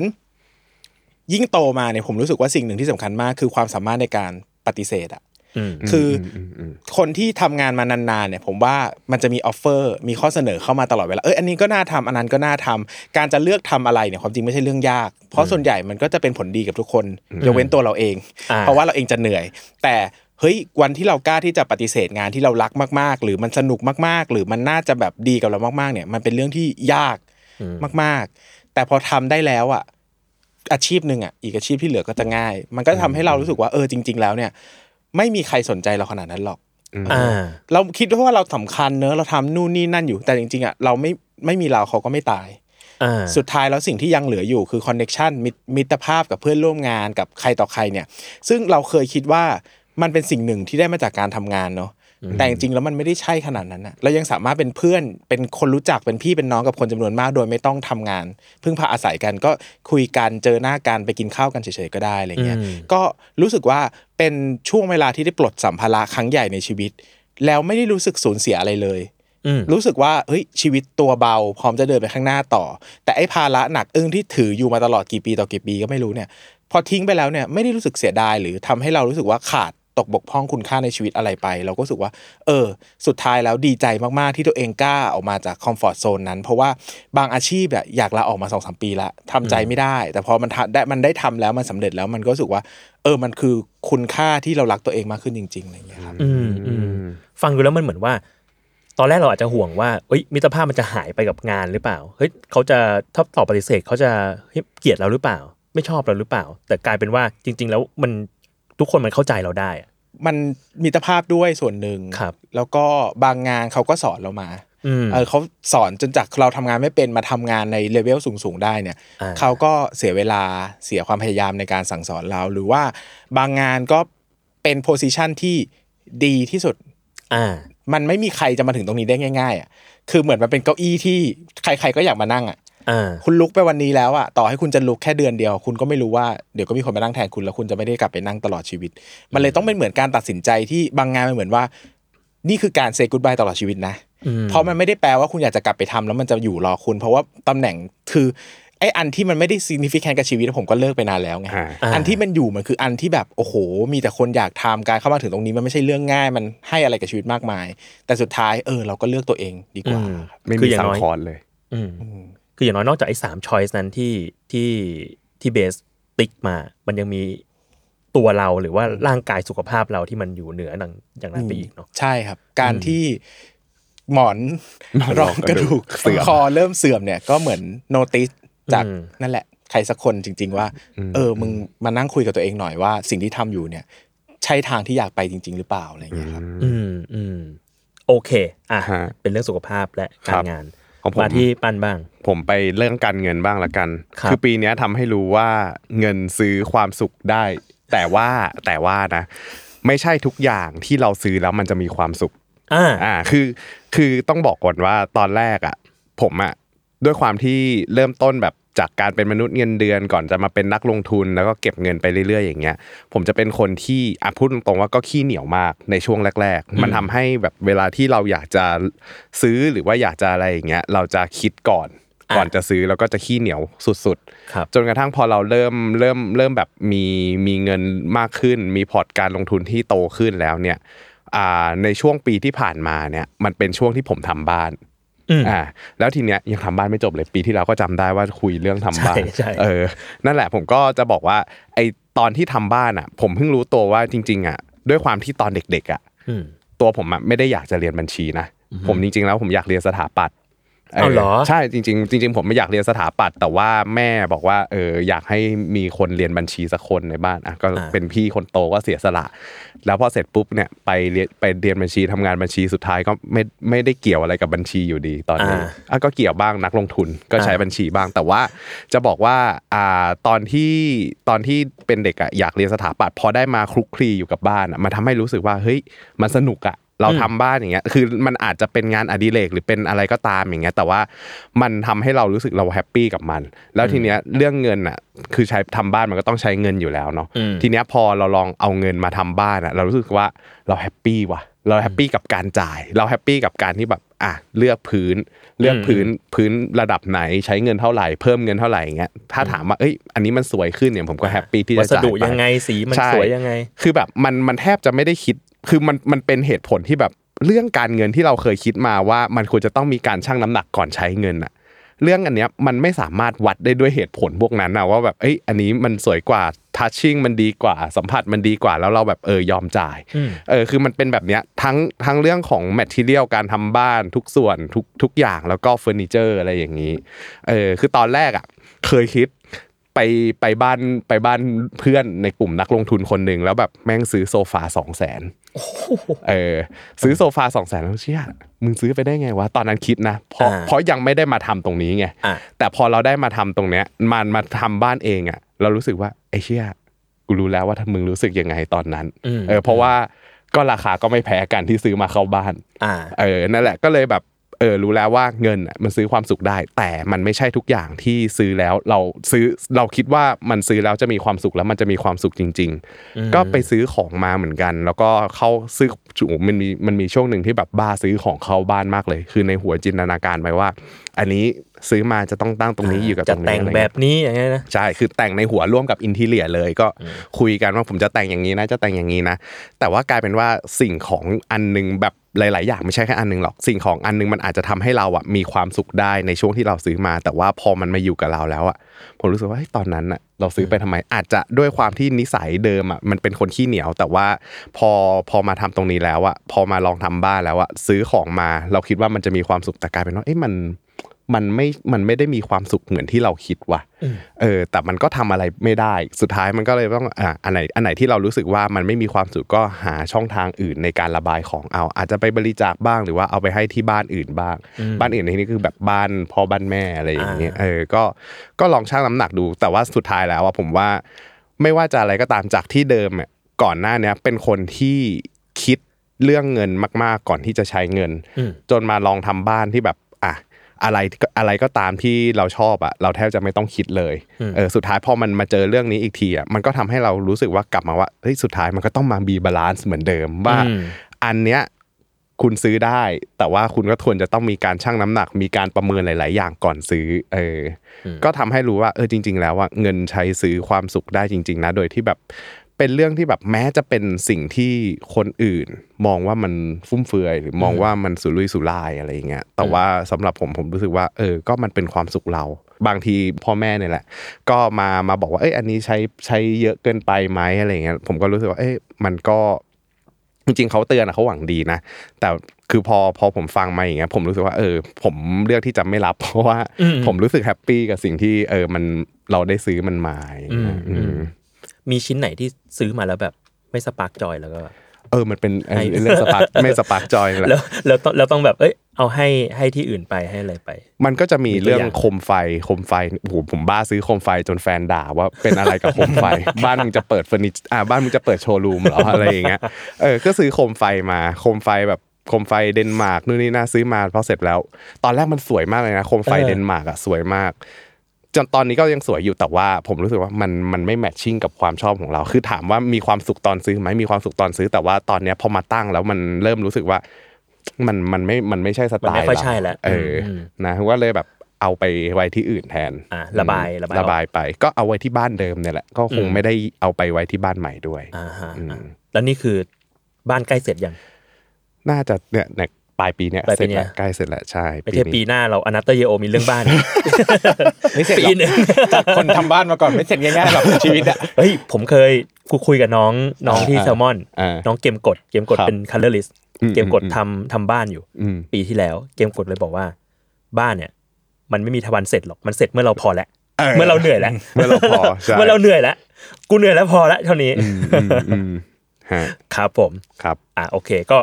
ยิ่งโตมาเนี่ยผมรู้สึกว่าสิ่งหนึ่งที่สำคัญมาก คือความสามารถในการปฏิเสธอะ อืม คืออ มอืม คนที่ทำงานมานานๆเนี่ยผมว่ามันจะมีออฟเฟอร์มีข้อเสนอเข้ามาตลอดเวลาเอออันนี้ก็น่าทำอันนั้นก็น่าทำการจะเลือกทำอะไรเนี่ยความจริงไม่ใช่เรื่องยาก เพราะส่วนใหญ่มันก็จะเป็นผลดีกับทุกคนยกเว้นตัวเราเอง อ่า เพราะว่าเราเองจะเหนื่อย แต่เฮ้ยวันที่เรากล้าที่จะปฏิเสธงานที่เรารักมาก ๆ หรือมันสนุกมากๆ หรือมันน่าจะแบบดีกับเรามากๆ เนี่ยมันเป็นเรื่องที่ยากมากๆ แต่พอทำได้แล้วอ่ะอาชีพหนึ่งอ่ะอีกอาชีพที่เหลือก็จะง่าย มันก็ทำให้เรารู้สึกว่าเออจริง ๆ แล้วเนี่ย ไม่มีใครสนใจเราขนาดนั้นหรอก อ่า เราคิดว่าเราสำคัญเนอะเราทำนู่นนี่นั่นอยู่ แต่จริงๆอ่ะเราไม่ไม่มีเราเขาก็ไม่ตาย อ่า สุดท้ายแล้วสิ่งที่ยังเหลืออยู่คือคอนเน็ชันมิตรภาพกับเพื่อนร่วมงานกับใครต่อใครเนี่ย ซึ่งเราเคยคิดว่ามันเป็นสิ่งหนึ่งที่ได้มาจากการทำงานเนาะแต่จริงๆแล้วมันไม่ได้ใช่ขนาดนั้นนะเรายังสามารถเป็นเพื่อนเป็นคนรู้จักเป็นพี่เป็นน้องกับคนจำนวนมาก โดยไม่ต้องทำงาน พึ่งพาอาศัยกันก็คุยกันเจอหน้ากันไปกินข้าวกันเฉยๆก็ได้อะไรเงี้ย อืม ก็รู้สึกว่าเป็นช่วงเวลาที่ได้ปลดสัมภาระครั้งใหญ่ในชีวิต แล้วไม่ได้รู้สึกสูญเสียอะไรเลย อืม รู้สึกว่าเฮ้ยชีวิตตัวเบา พร้อมจะเดินไปข้างหน้าต่อ แต่ไอ้ภาระหนักอึ้งที่ถืออยู่มาตลอดกี่ปีต่อกี่ปีก็ไม่รู้เนี่ย พอทิ้งไปแล้วเนี่ยไม่ได้รู้สึกเสียดายหรือทำให้เรารู้สึกว่าขาดตกบกพร่องคุณค่าในชีวิตอะไรไป เราก็รู้สึกว่า เออ สุดท้ายแล้วดีใจมาก ๆ ที่ตัวเองกล้าออกมาจากคอมฟอร์ทโซนนั้น เพราะว่าบางอาชีพอะอยากลาออกมาสองสามปีละทำใจไม่ได้ แต่พอมันทำได้มันได้ทำแล้วมันสำเร็จแล้วมันก็รู้สึกว่า เออมันคือคุณค่าที่เรารักตัวเองมากขึ้นจริงๆอะไรอย่างเงี้ยครับ อืมอืมฟังดูแล้วมันเหมือนว่า ตอนแรกเราอาจจะห่วงว่าเอ้ยมิตรภาพมันจะหายไปกับงานหรือเปล่าเฮ้ยเขาจะถ้าตอบปฏิเสธเขาจะเฮ้ยเกลียดเราหรือเปล่า ไม่ชอบเราหรือเปล่า แต่กลายเป็นว่าจริง ๆ แล้วมันทุกคนมันเข้าใจเราได้อะ มันมิตรภาพด้วยส่วนหนึ่ง ครับ แล้วก็บางงานเขาก็สอนเรามา อืม เออเขาสอนจนจากเราทำงานไม่เป็นมาทำงานในเลเวลสูงๆ ได้เนี่ย อ่า เขาก็เสียเวลาเสียความพยายามในการสั่งสอนเรา หรือว่าบางงานก็เป็นโพซิชันที่ดีที่สุด อ่า มันไม่มีใครจะมาถึงตรงนี้ได้ง่าย ๆอ่ะคือเหมือนมันเป็นเก้าอี้ที่ใครๆก็อยากมานั่งอ่ะ อ่า คุณลุกไปวันนี้แล้วอะต่อให้คุณจะลุกแค่เดือนเดียว คุณก็ไม่รู้ว่าเดี๋ยวก็มีคนมานั่งแทนคุณแล้วคุณจะไม่ได้กลับไปนั่งตลอดชีวิต มันเลยต้องเป็นเหมือนการตัดสินใจที่บางงานมันเหมือนว่า นี่คือการเซกูดบายตลอดชีวิตนะ เพราะมันไม่ได้แปลว่าคุณอยากจะกลับไปทำแล้วมันจะอยู่รอคุณ เพราะว่าตำแหน่งคือไอ้อันที่มันไม่ได้ significant กับชีวิตผมก็เลิกไปนานแล้วไง อ่า อันที่มันอยู่มันคืออันที่แบบโอ้โห มีแต่คนอยากทำการเข้ามาถึงตรงนี้มันไม่ใช่เรื่องง่าย มันให้อะไรกับชีวิตมากมาย แต่สุดท้ายเออเราก็เลือกตัวเองดีกว่า อืม ไม่ คือ มี อย่าง สัง น้อย คอนเลย อืมคืออย่างน้อยนอกจากไอ้สามช้อยส์นั้นที่ที่ที่เบสติ๊กมา มันยังมีตัวเราหรือว่าร่างกายสุขภาพเราที่มันอยู่เหนือหนังอย่างนั้นไปอีกเนาะ ใช่ครับ การที่หมอน หมอน ร ร อ อง ง ก ก ระ ระดู ดูก กเสื่อม คอเริ่มเสื่อมเนี่ยก็เหมือนโนติสจากนั่นแหละ ใครสักคนจริง ๆ ว่า เออมึงมานั่งคุยกับตัวเองหน่อยว่า สิ่งที่ทำอยู่เนี่ย ใช่ทางที่อยากไปจริง ๆ หรือเปล่าอะไรอย่างเงี้ยครับ อืมอืมโอเค อ่ะ ฮะ เป็นเรื่องสุขภาพและ คการัร บ งาน ของผม มาที่ปันบ้าง ผมไปเรื่องการเงินบ้างละกัน ครับ อปีเนี้ยทำให้รู้ว่าเงินซื้อความสุขได้ แต่ว่าแต่ว่านะ ไม่ใช่ทุกอย่างที่เราซื้อแล้วมันจะมีความสุข อ่า อ่าคือคือต้องบอกก่อนว่าตอนแรกอ่ะผมอ่ะด้วยความที่เริ่มต้นแบบจากการเป็นมนุษย์เงินเดือนก่อนจะมาเป็นนักลงทุนแล้วก็เก็บเงินไปเรื่อยๆ อย่างเงี้ย ผมจะเป็นคนที่อ่ะพูดตรงๆว่าก็ขี้เหนียวมากในช่วงแรก ๆ มันทำให้แบบเวลาที่เราอยากจะซื้อหรือว่าอยากจะอะไรอย่างเงี้ยเราจะคิดก่อน อ่ะ ก่อนจะซื้อแล้วก็จะขี้เหนียวสุดๆ ครับ จนกระทั่งพอเราเริ่มเริ่มเริ่มแบบมีมีเงินมากขึ้น มีพอร์ตการลงทุนที่โตขึ้นแล้วเนี่ยอ่าในช่วงปีที่ผ่านมาเนี่ยมันเป็นช่วงที่ผมทำบ้าน อืม อ่าแล้วทีเนี้ยยังทำบ้านไม่จบเลยปีที่แล้วก็จำได้ว่าคุยเรื่องทำบ้าน ใช่ใช่ เออนั่นแหละผมก็จะบอกว่าไอตอนที่ทำบ้านอ่ะ ผมเพิ่งรู้ตัวว่าจริงๆอ่ะด้วยความที่ตอนเด็กๆอ่ะ อืม ตัวผมอะไม่ได้อยากจะเรียนบัญชีนะผมจริงๆแล้วผมอยากเรียนสถาปัตย์ เอาเหรอ ใช่จริงๆจริงๆผมไม่อยากเรียนสถาปัตย์แต่ว่าแม่บอกว่าเอออยากให้มีคนเรียนบัญชีสักคนในบ้านอ่ะก็เป็นพี่คนโตก็เสียสละ แล้วพอเสร็จปุ๊บเนี่ยไปเรียนไปเรียนบัญชีทำงานบัญชีสุดท้ายก็ไม่ไม่ได้เกี่ยวอะไรกับบัญชีอยู่ดีตอนนี้ อ่า อ่ะก็เกี่ยวบ้างนักลงทุนก็ใช้บัญชีบ้างแต่ว่าจะบอกว่าอ่าตอนที่ตอนที่เป็นเด็กอ่ะอยากเรียนสถาปัตย์พอได้มาคลุกคลีอยู่กับบ้านอ่ะมันทำให้รู้สึกว่าเฮ้ยมันสนุกอ่ะเราทำบ้านอย่างเงี้ยคือมันอาจจะเป็นงานอดิเรกหรือเป็นอะไรก็ตามอย่างเงี้ยแต่ว่ามันทำให้เรารู้สึกเราแฮปปี้กับมัน แล้วทีเนี้ยเรื่องเงินอ่ะคือใช้ทำบ้านมันก็ต้องใช้เงินอยู่แล้วเนาะทีเนี้ยพอเราลองเอาเงินมาทำบ้านอ่ะเรารู้สึกว่าเราแฮปปี้ว่ะ เราแฮปปี้กับการจ่าย เราแฮปปี้กับการที่แบบอ่ะเลือกพื้น เลือกพื้นพื้นระดับไหนใช้เงินเท่าไหร่เพิ่มเงินเท่าไหร่อย่างเงี้ยถ้าถามว่าเอ้ยอันนี้มันสวยขึ้นเนี่ยผมก็แฮปปี้ที่ วัสจะจ่าย ดุ ไป ยังไงสีมัน ใช่ สวยยังไง คือแบบมันมันแทบจะไม่ได้คิด คือมันมันเป็นเหตุผลที่แบบเรื่องการเงินที่เราเคยคิดมาว่ามันควรจะต้องมีการชั่งน้ำหนักก่อนใช้เงินอะเรื่องอันเนี้ยมันไม่สามารถวัดได้ด้วยเหตุผลพวกนั้นนะว่าแบบเอ้ยอันนี้มันสวยกว่าทัชชิ่งมันดีกว่าสัมผัสมันดีกว่าแล้วเราแบบเออยอมจ่าย อืม เออคือมันเป็นแบบเนี้ยทั้งทั้งเรื่องของแมทเทียลการทำบ้านทุกส่วนทุกทุกอย่างแล้วก็เฟอร์นิเจอร์อะไรอย่างนี้เออคือตอนแรกอะเคยคิด ไปไปบ้านไปบ้านเพื่อนในกลุ่มนักลงทุนคนหนึ่งแล้วแบบแม่งซื้อโซฟาสองแสนเออซื้อโซฟาสองแสนแล้วเชี่ยมึงซื้อไปได้ไงวะตอนนั้นคิดนะเพราะ อ่า เพราะยังไม่ได้มาทำตรงนี้ไง อ่า แต่พอเราได้มาทำตรงเนี้ยมันมาทำบ้านเองอ่ะ เรารู้สึกว่าไอ้เชี่ยกูรู้แล้วว่ามึงรู้สึกยังไงตอนนั้นเออเพราะว่าก็ราคาก็ไม่แพ้กันที่ซื้อมาเข้าบ้าน อ่า เออ นั่นแหละก็เลยแบบ เออ รู้แล้วว่าเงินน่ะมันซื้อความสุขได้ แต่มันไม่ใช่ทุกอย่างที่ซื้อแล้วเราซื้อเราคิดว่ามันซื้อแล้วจะมีความสุขแล้วมันจะมีความสุขจริง ๆ ก็ไปซื้อของมาเหมือนกัน แล้วก็เข้าซื้อโอ้โหมันมีมันมีช่วงหนึ่งที่แบบบ้าซื้อของเข้าบ้านมากเลย คือในหัวจินตนาการไปว่า อันนี้ซื้อมาจะต้องตั้งตรงนี้อยู่กับต จะ รงนี้ แต่ง อะไร แบ เงี้ย บนี้อย่างเงี้ยนะ ใช่ คือแต่งในหัวร่วมกับอินทีเลียเลยก็คุยกันว่าผมจะแต่งอย่างนี้นะ จะแต่งอย่างนี้นะ แต่ว่ากลายเป็นว่าสิ่งของอันหนึงแบบหลาย ๆ อย่างไม่ใช่แค่อันหนึงหรอก สิ่งของอันหนึงมันอาจจะทำให้เราอ่ะมีความสุขได้ในช่วงที่เราซื้อมา แต่ว่าพอมันมาอยู่กับเราแล้วอ่ะ ผมรู้สึกว่าเฮ้ยตอนนั้นอ่ะเราซื้อไปทำไม อาจจะด้วยความที่นิสัยเดิมอ่ะมันเป็นคนขี้เหนียว แต่ว่าพอพอมาทำตรงนี้แล้วอ่ะพอมาลองทำบ้านแล้วอ่ะซื้อของมา เราคิดว่ามันจะมีความสุขแต่กลายเป็นว่าเอ้ยมัน มันไม่ มันไม่ได้มีความสุขเหมือนที่เราคิดว่ะ เออ แต่มันก็ทำอะไรไม่ได้ สุดท้ายมันก็เลยต้อง อ่ะอันไหน อันไหนที่เรารู้สึกว่ามันไม่มีความสุขก็หาช่องทางอื่นในการระบายของเอา อาจจะไปบริจาคบ้างหรือว่าเอาไปให้ที่บ้านอื่นบ้าง บ้านอื่นในที่นี้คือแบบบ้านพ่อบ้านแม่อะไรอย่างเงี้ย เออ ก็ ก็ลองชั่งน้ำหนักดู แต่ว่าสุดท้ายแล้วว่าผมว่า ไม่ว่าจะอะไรก็ตามจากที่เดิมอ่ะก่อนหน้าเนี้ยเป็นคนที่คิดเรื่องเงินมากๆ ก่อนที่จะใช้เงิน จนมาลองทำบ้านที่แบบอ่ะอะไรอะไรก็ตามที่เราชอบอ่ะเราแทบจะไม่ต้องคิดเลยเออสุดท้ายพอมันมาเจอเรื่องนี้อีกทีอ่ะมันก็ทำให้เรารู้สึกว่ากลับมาว่าเฮ้ยสุดท้ายมันก็ต้องมาบีบาลานซ์เหมือนเดิมว่า อันเนี้ยคุณซื้อได้ แต่ว่าคุณก็ควรจะต้องมีการชั่งน้ำหนัก มีการประเมินหลาย ๆ อย่างก่อนซื้อเอออก็ทำให้รู้ว่าเออจริง ๆ แล้วว่าเงินใช้ซื้อความสุขได้จริง ๆ นะ โดยที่แบบเป็นเรื่องที่แบบแม้จะเป็นสิ่งที่คนอื่น มองว่ามันฟุ่มเฟือย หรือมองว่ามันสุรุ่ยสุร่ายอะไรอย่างเงี้ยแต่ว่าสำหรับผมผมรู้สึกว่าเออก็มันเป็นความสุขเรา บางทีพ่อแม่เนี่ยแหละ ก็มามาบอกว่าเอ้ยอันนี้ใช้ใช้เยอะเกินไปไหมอะไรอย่างเงี้ยผมก็รู้สึกว่าเอ้ยมันก็ จริงๆเขาเตือนอะเขาหวังดีนะ แต่คือพอพอผมฟังมาอย่างเงี้ยผมรู้สึกว่าเออ ผมเลือกที่จะไม่รับ เพราะว่าผมรู้สึกแฮปปี้กับสิ่งที่เออมันเราได้ซื้อมันมาอย่างเงี้ย อืม อืม มีชิ้นไหนที่ซื้อมาแล้วแบบไม่สปาร์กจอยแล้วก็แบบ เออมันเป็นเออ ไอ้ เรื่องสปาร์คไม่สปาร์คจอยแหละ แล้วแล้วต้องแล้วต้องแบบเอ้ยเอาให้ให้ที่อื่นไปให้อะไรไป มันก็จะมี มีตัว เรื่อง อย่าง โคมไฟโคมไฟโอ้โหผมบ้าซื้อโคมไฟจนแฟนด่าว่าเป็นอะไรกับโคม ไฟ บ้านมึงจะเปิดเฟอร์นิเจอร์อ่าบ้านมึงจะเปิดโชว์รูมเหรออะไรอย่างเงี้ยเออก็ซื้อโคมไฟมาโคมไฟแบบโคมไฟเดนมาร์กนู่นนี่น่าซื้อมาพอเสร็จแล้ว ตอนแรกมันสวยมากเลยนะโคมไฟเดนมาร์กอะสวยมาก จนตอนนี้ก็ยังสวยอยู่แต่ว่าผมรู้สึกว่ามันมันไม่แมทชิ่งกับความชอบของเรา คือถามว่ามีความสุขตอนซื้อไหมมีความสุขตอนซื้อ แต่ว่าตอนเนี้ยพอมาตั้งแล้วมันเริ่มรู้สึกว่า มันมันไม่มันไม่ใช่สไตล์ มันไม่ค่อย เรา ใช่แล้ว เอออ ม นะก็เลยแบบเอาไปไว้ที่อื่นแทน อ่ะระบายระบายออก ระบายไป ก็เอาไว้ที่บ้านเดิมเนี่ยแหละก็คงไม่ได้เอาไปไว้ที่บ้านใหม่ด้วย อ่าฮะ อืม แล้วนี่คือบ้านใกล้เสร็จยัง น่าจะเนี่ยเนี่ยปลายปีเนี่ย ปลาย เส ปี ร็จ เนี่ย แล้วใกล้เสร็จแล้วใช่ ไม่ใช่ปีหน้าเราอนาเตอร์เยโอมีเรื่องบ้าน ไม่เสร็จห ปี รอก หนึง จากคนทำบ้านมาก่อนไม่เสร็จง่ายๆหรอกชีวิตอะ เฮ้ยผมเคยกูคุยกับน้องน้องที่แซลมอน อ่า น้องเกมกดเกมกด ครับ เป็น colorlist อืม เกมกด อืม ทำทำบ้านอยู่ อืม ปีที่แล้ว เกมกดเลยบอกว่า บ้านเนี่ย มันไม่มีทวันเสร็จหรอกมันเสร็จเมื่อเราพอแล้วเมื่อเราเหนื่อยแล้ว เมื่อเราพอใช่ เมื่อเราเหนื่อยแล้วกูเหนื่อยแล้วพอแล้วเท่านี้ อืมอืมฮะ ครับผม ครับ อ่ะโอเคก็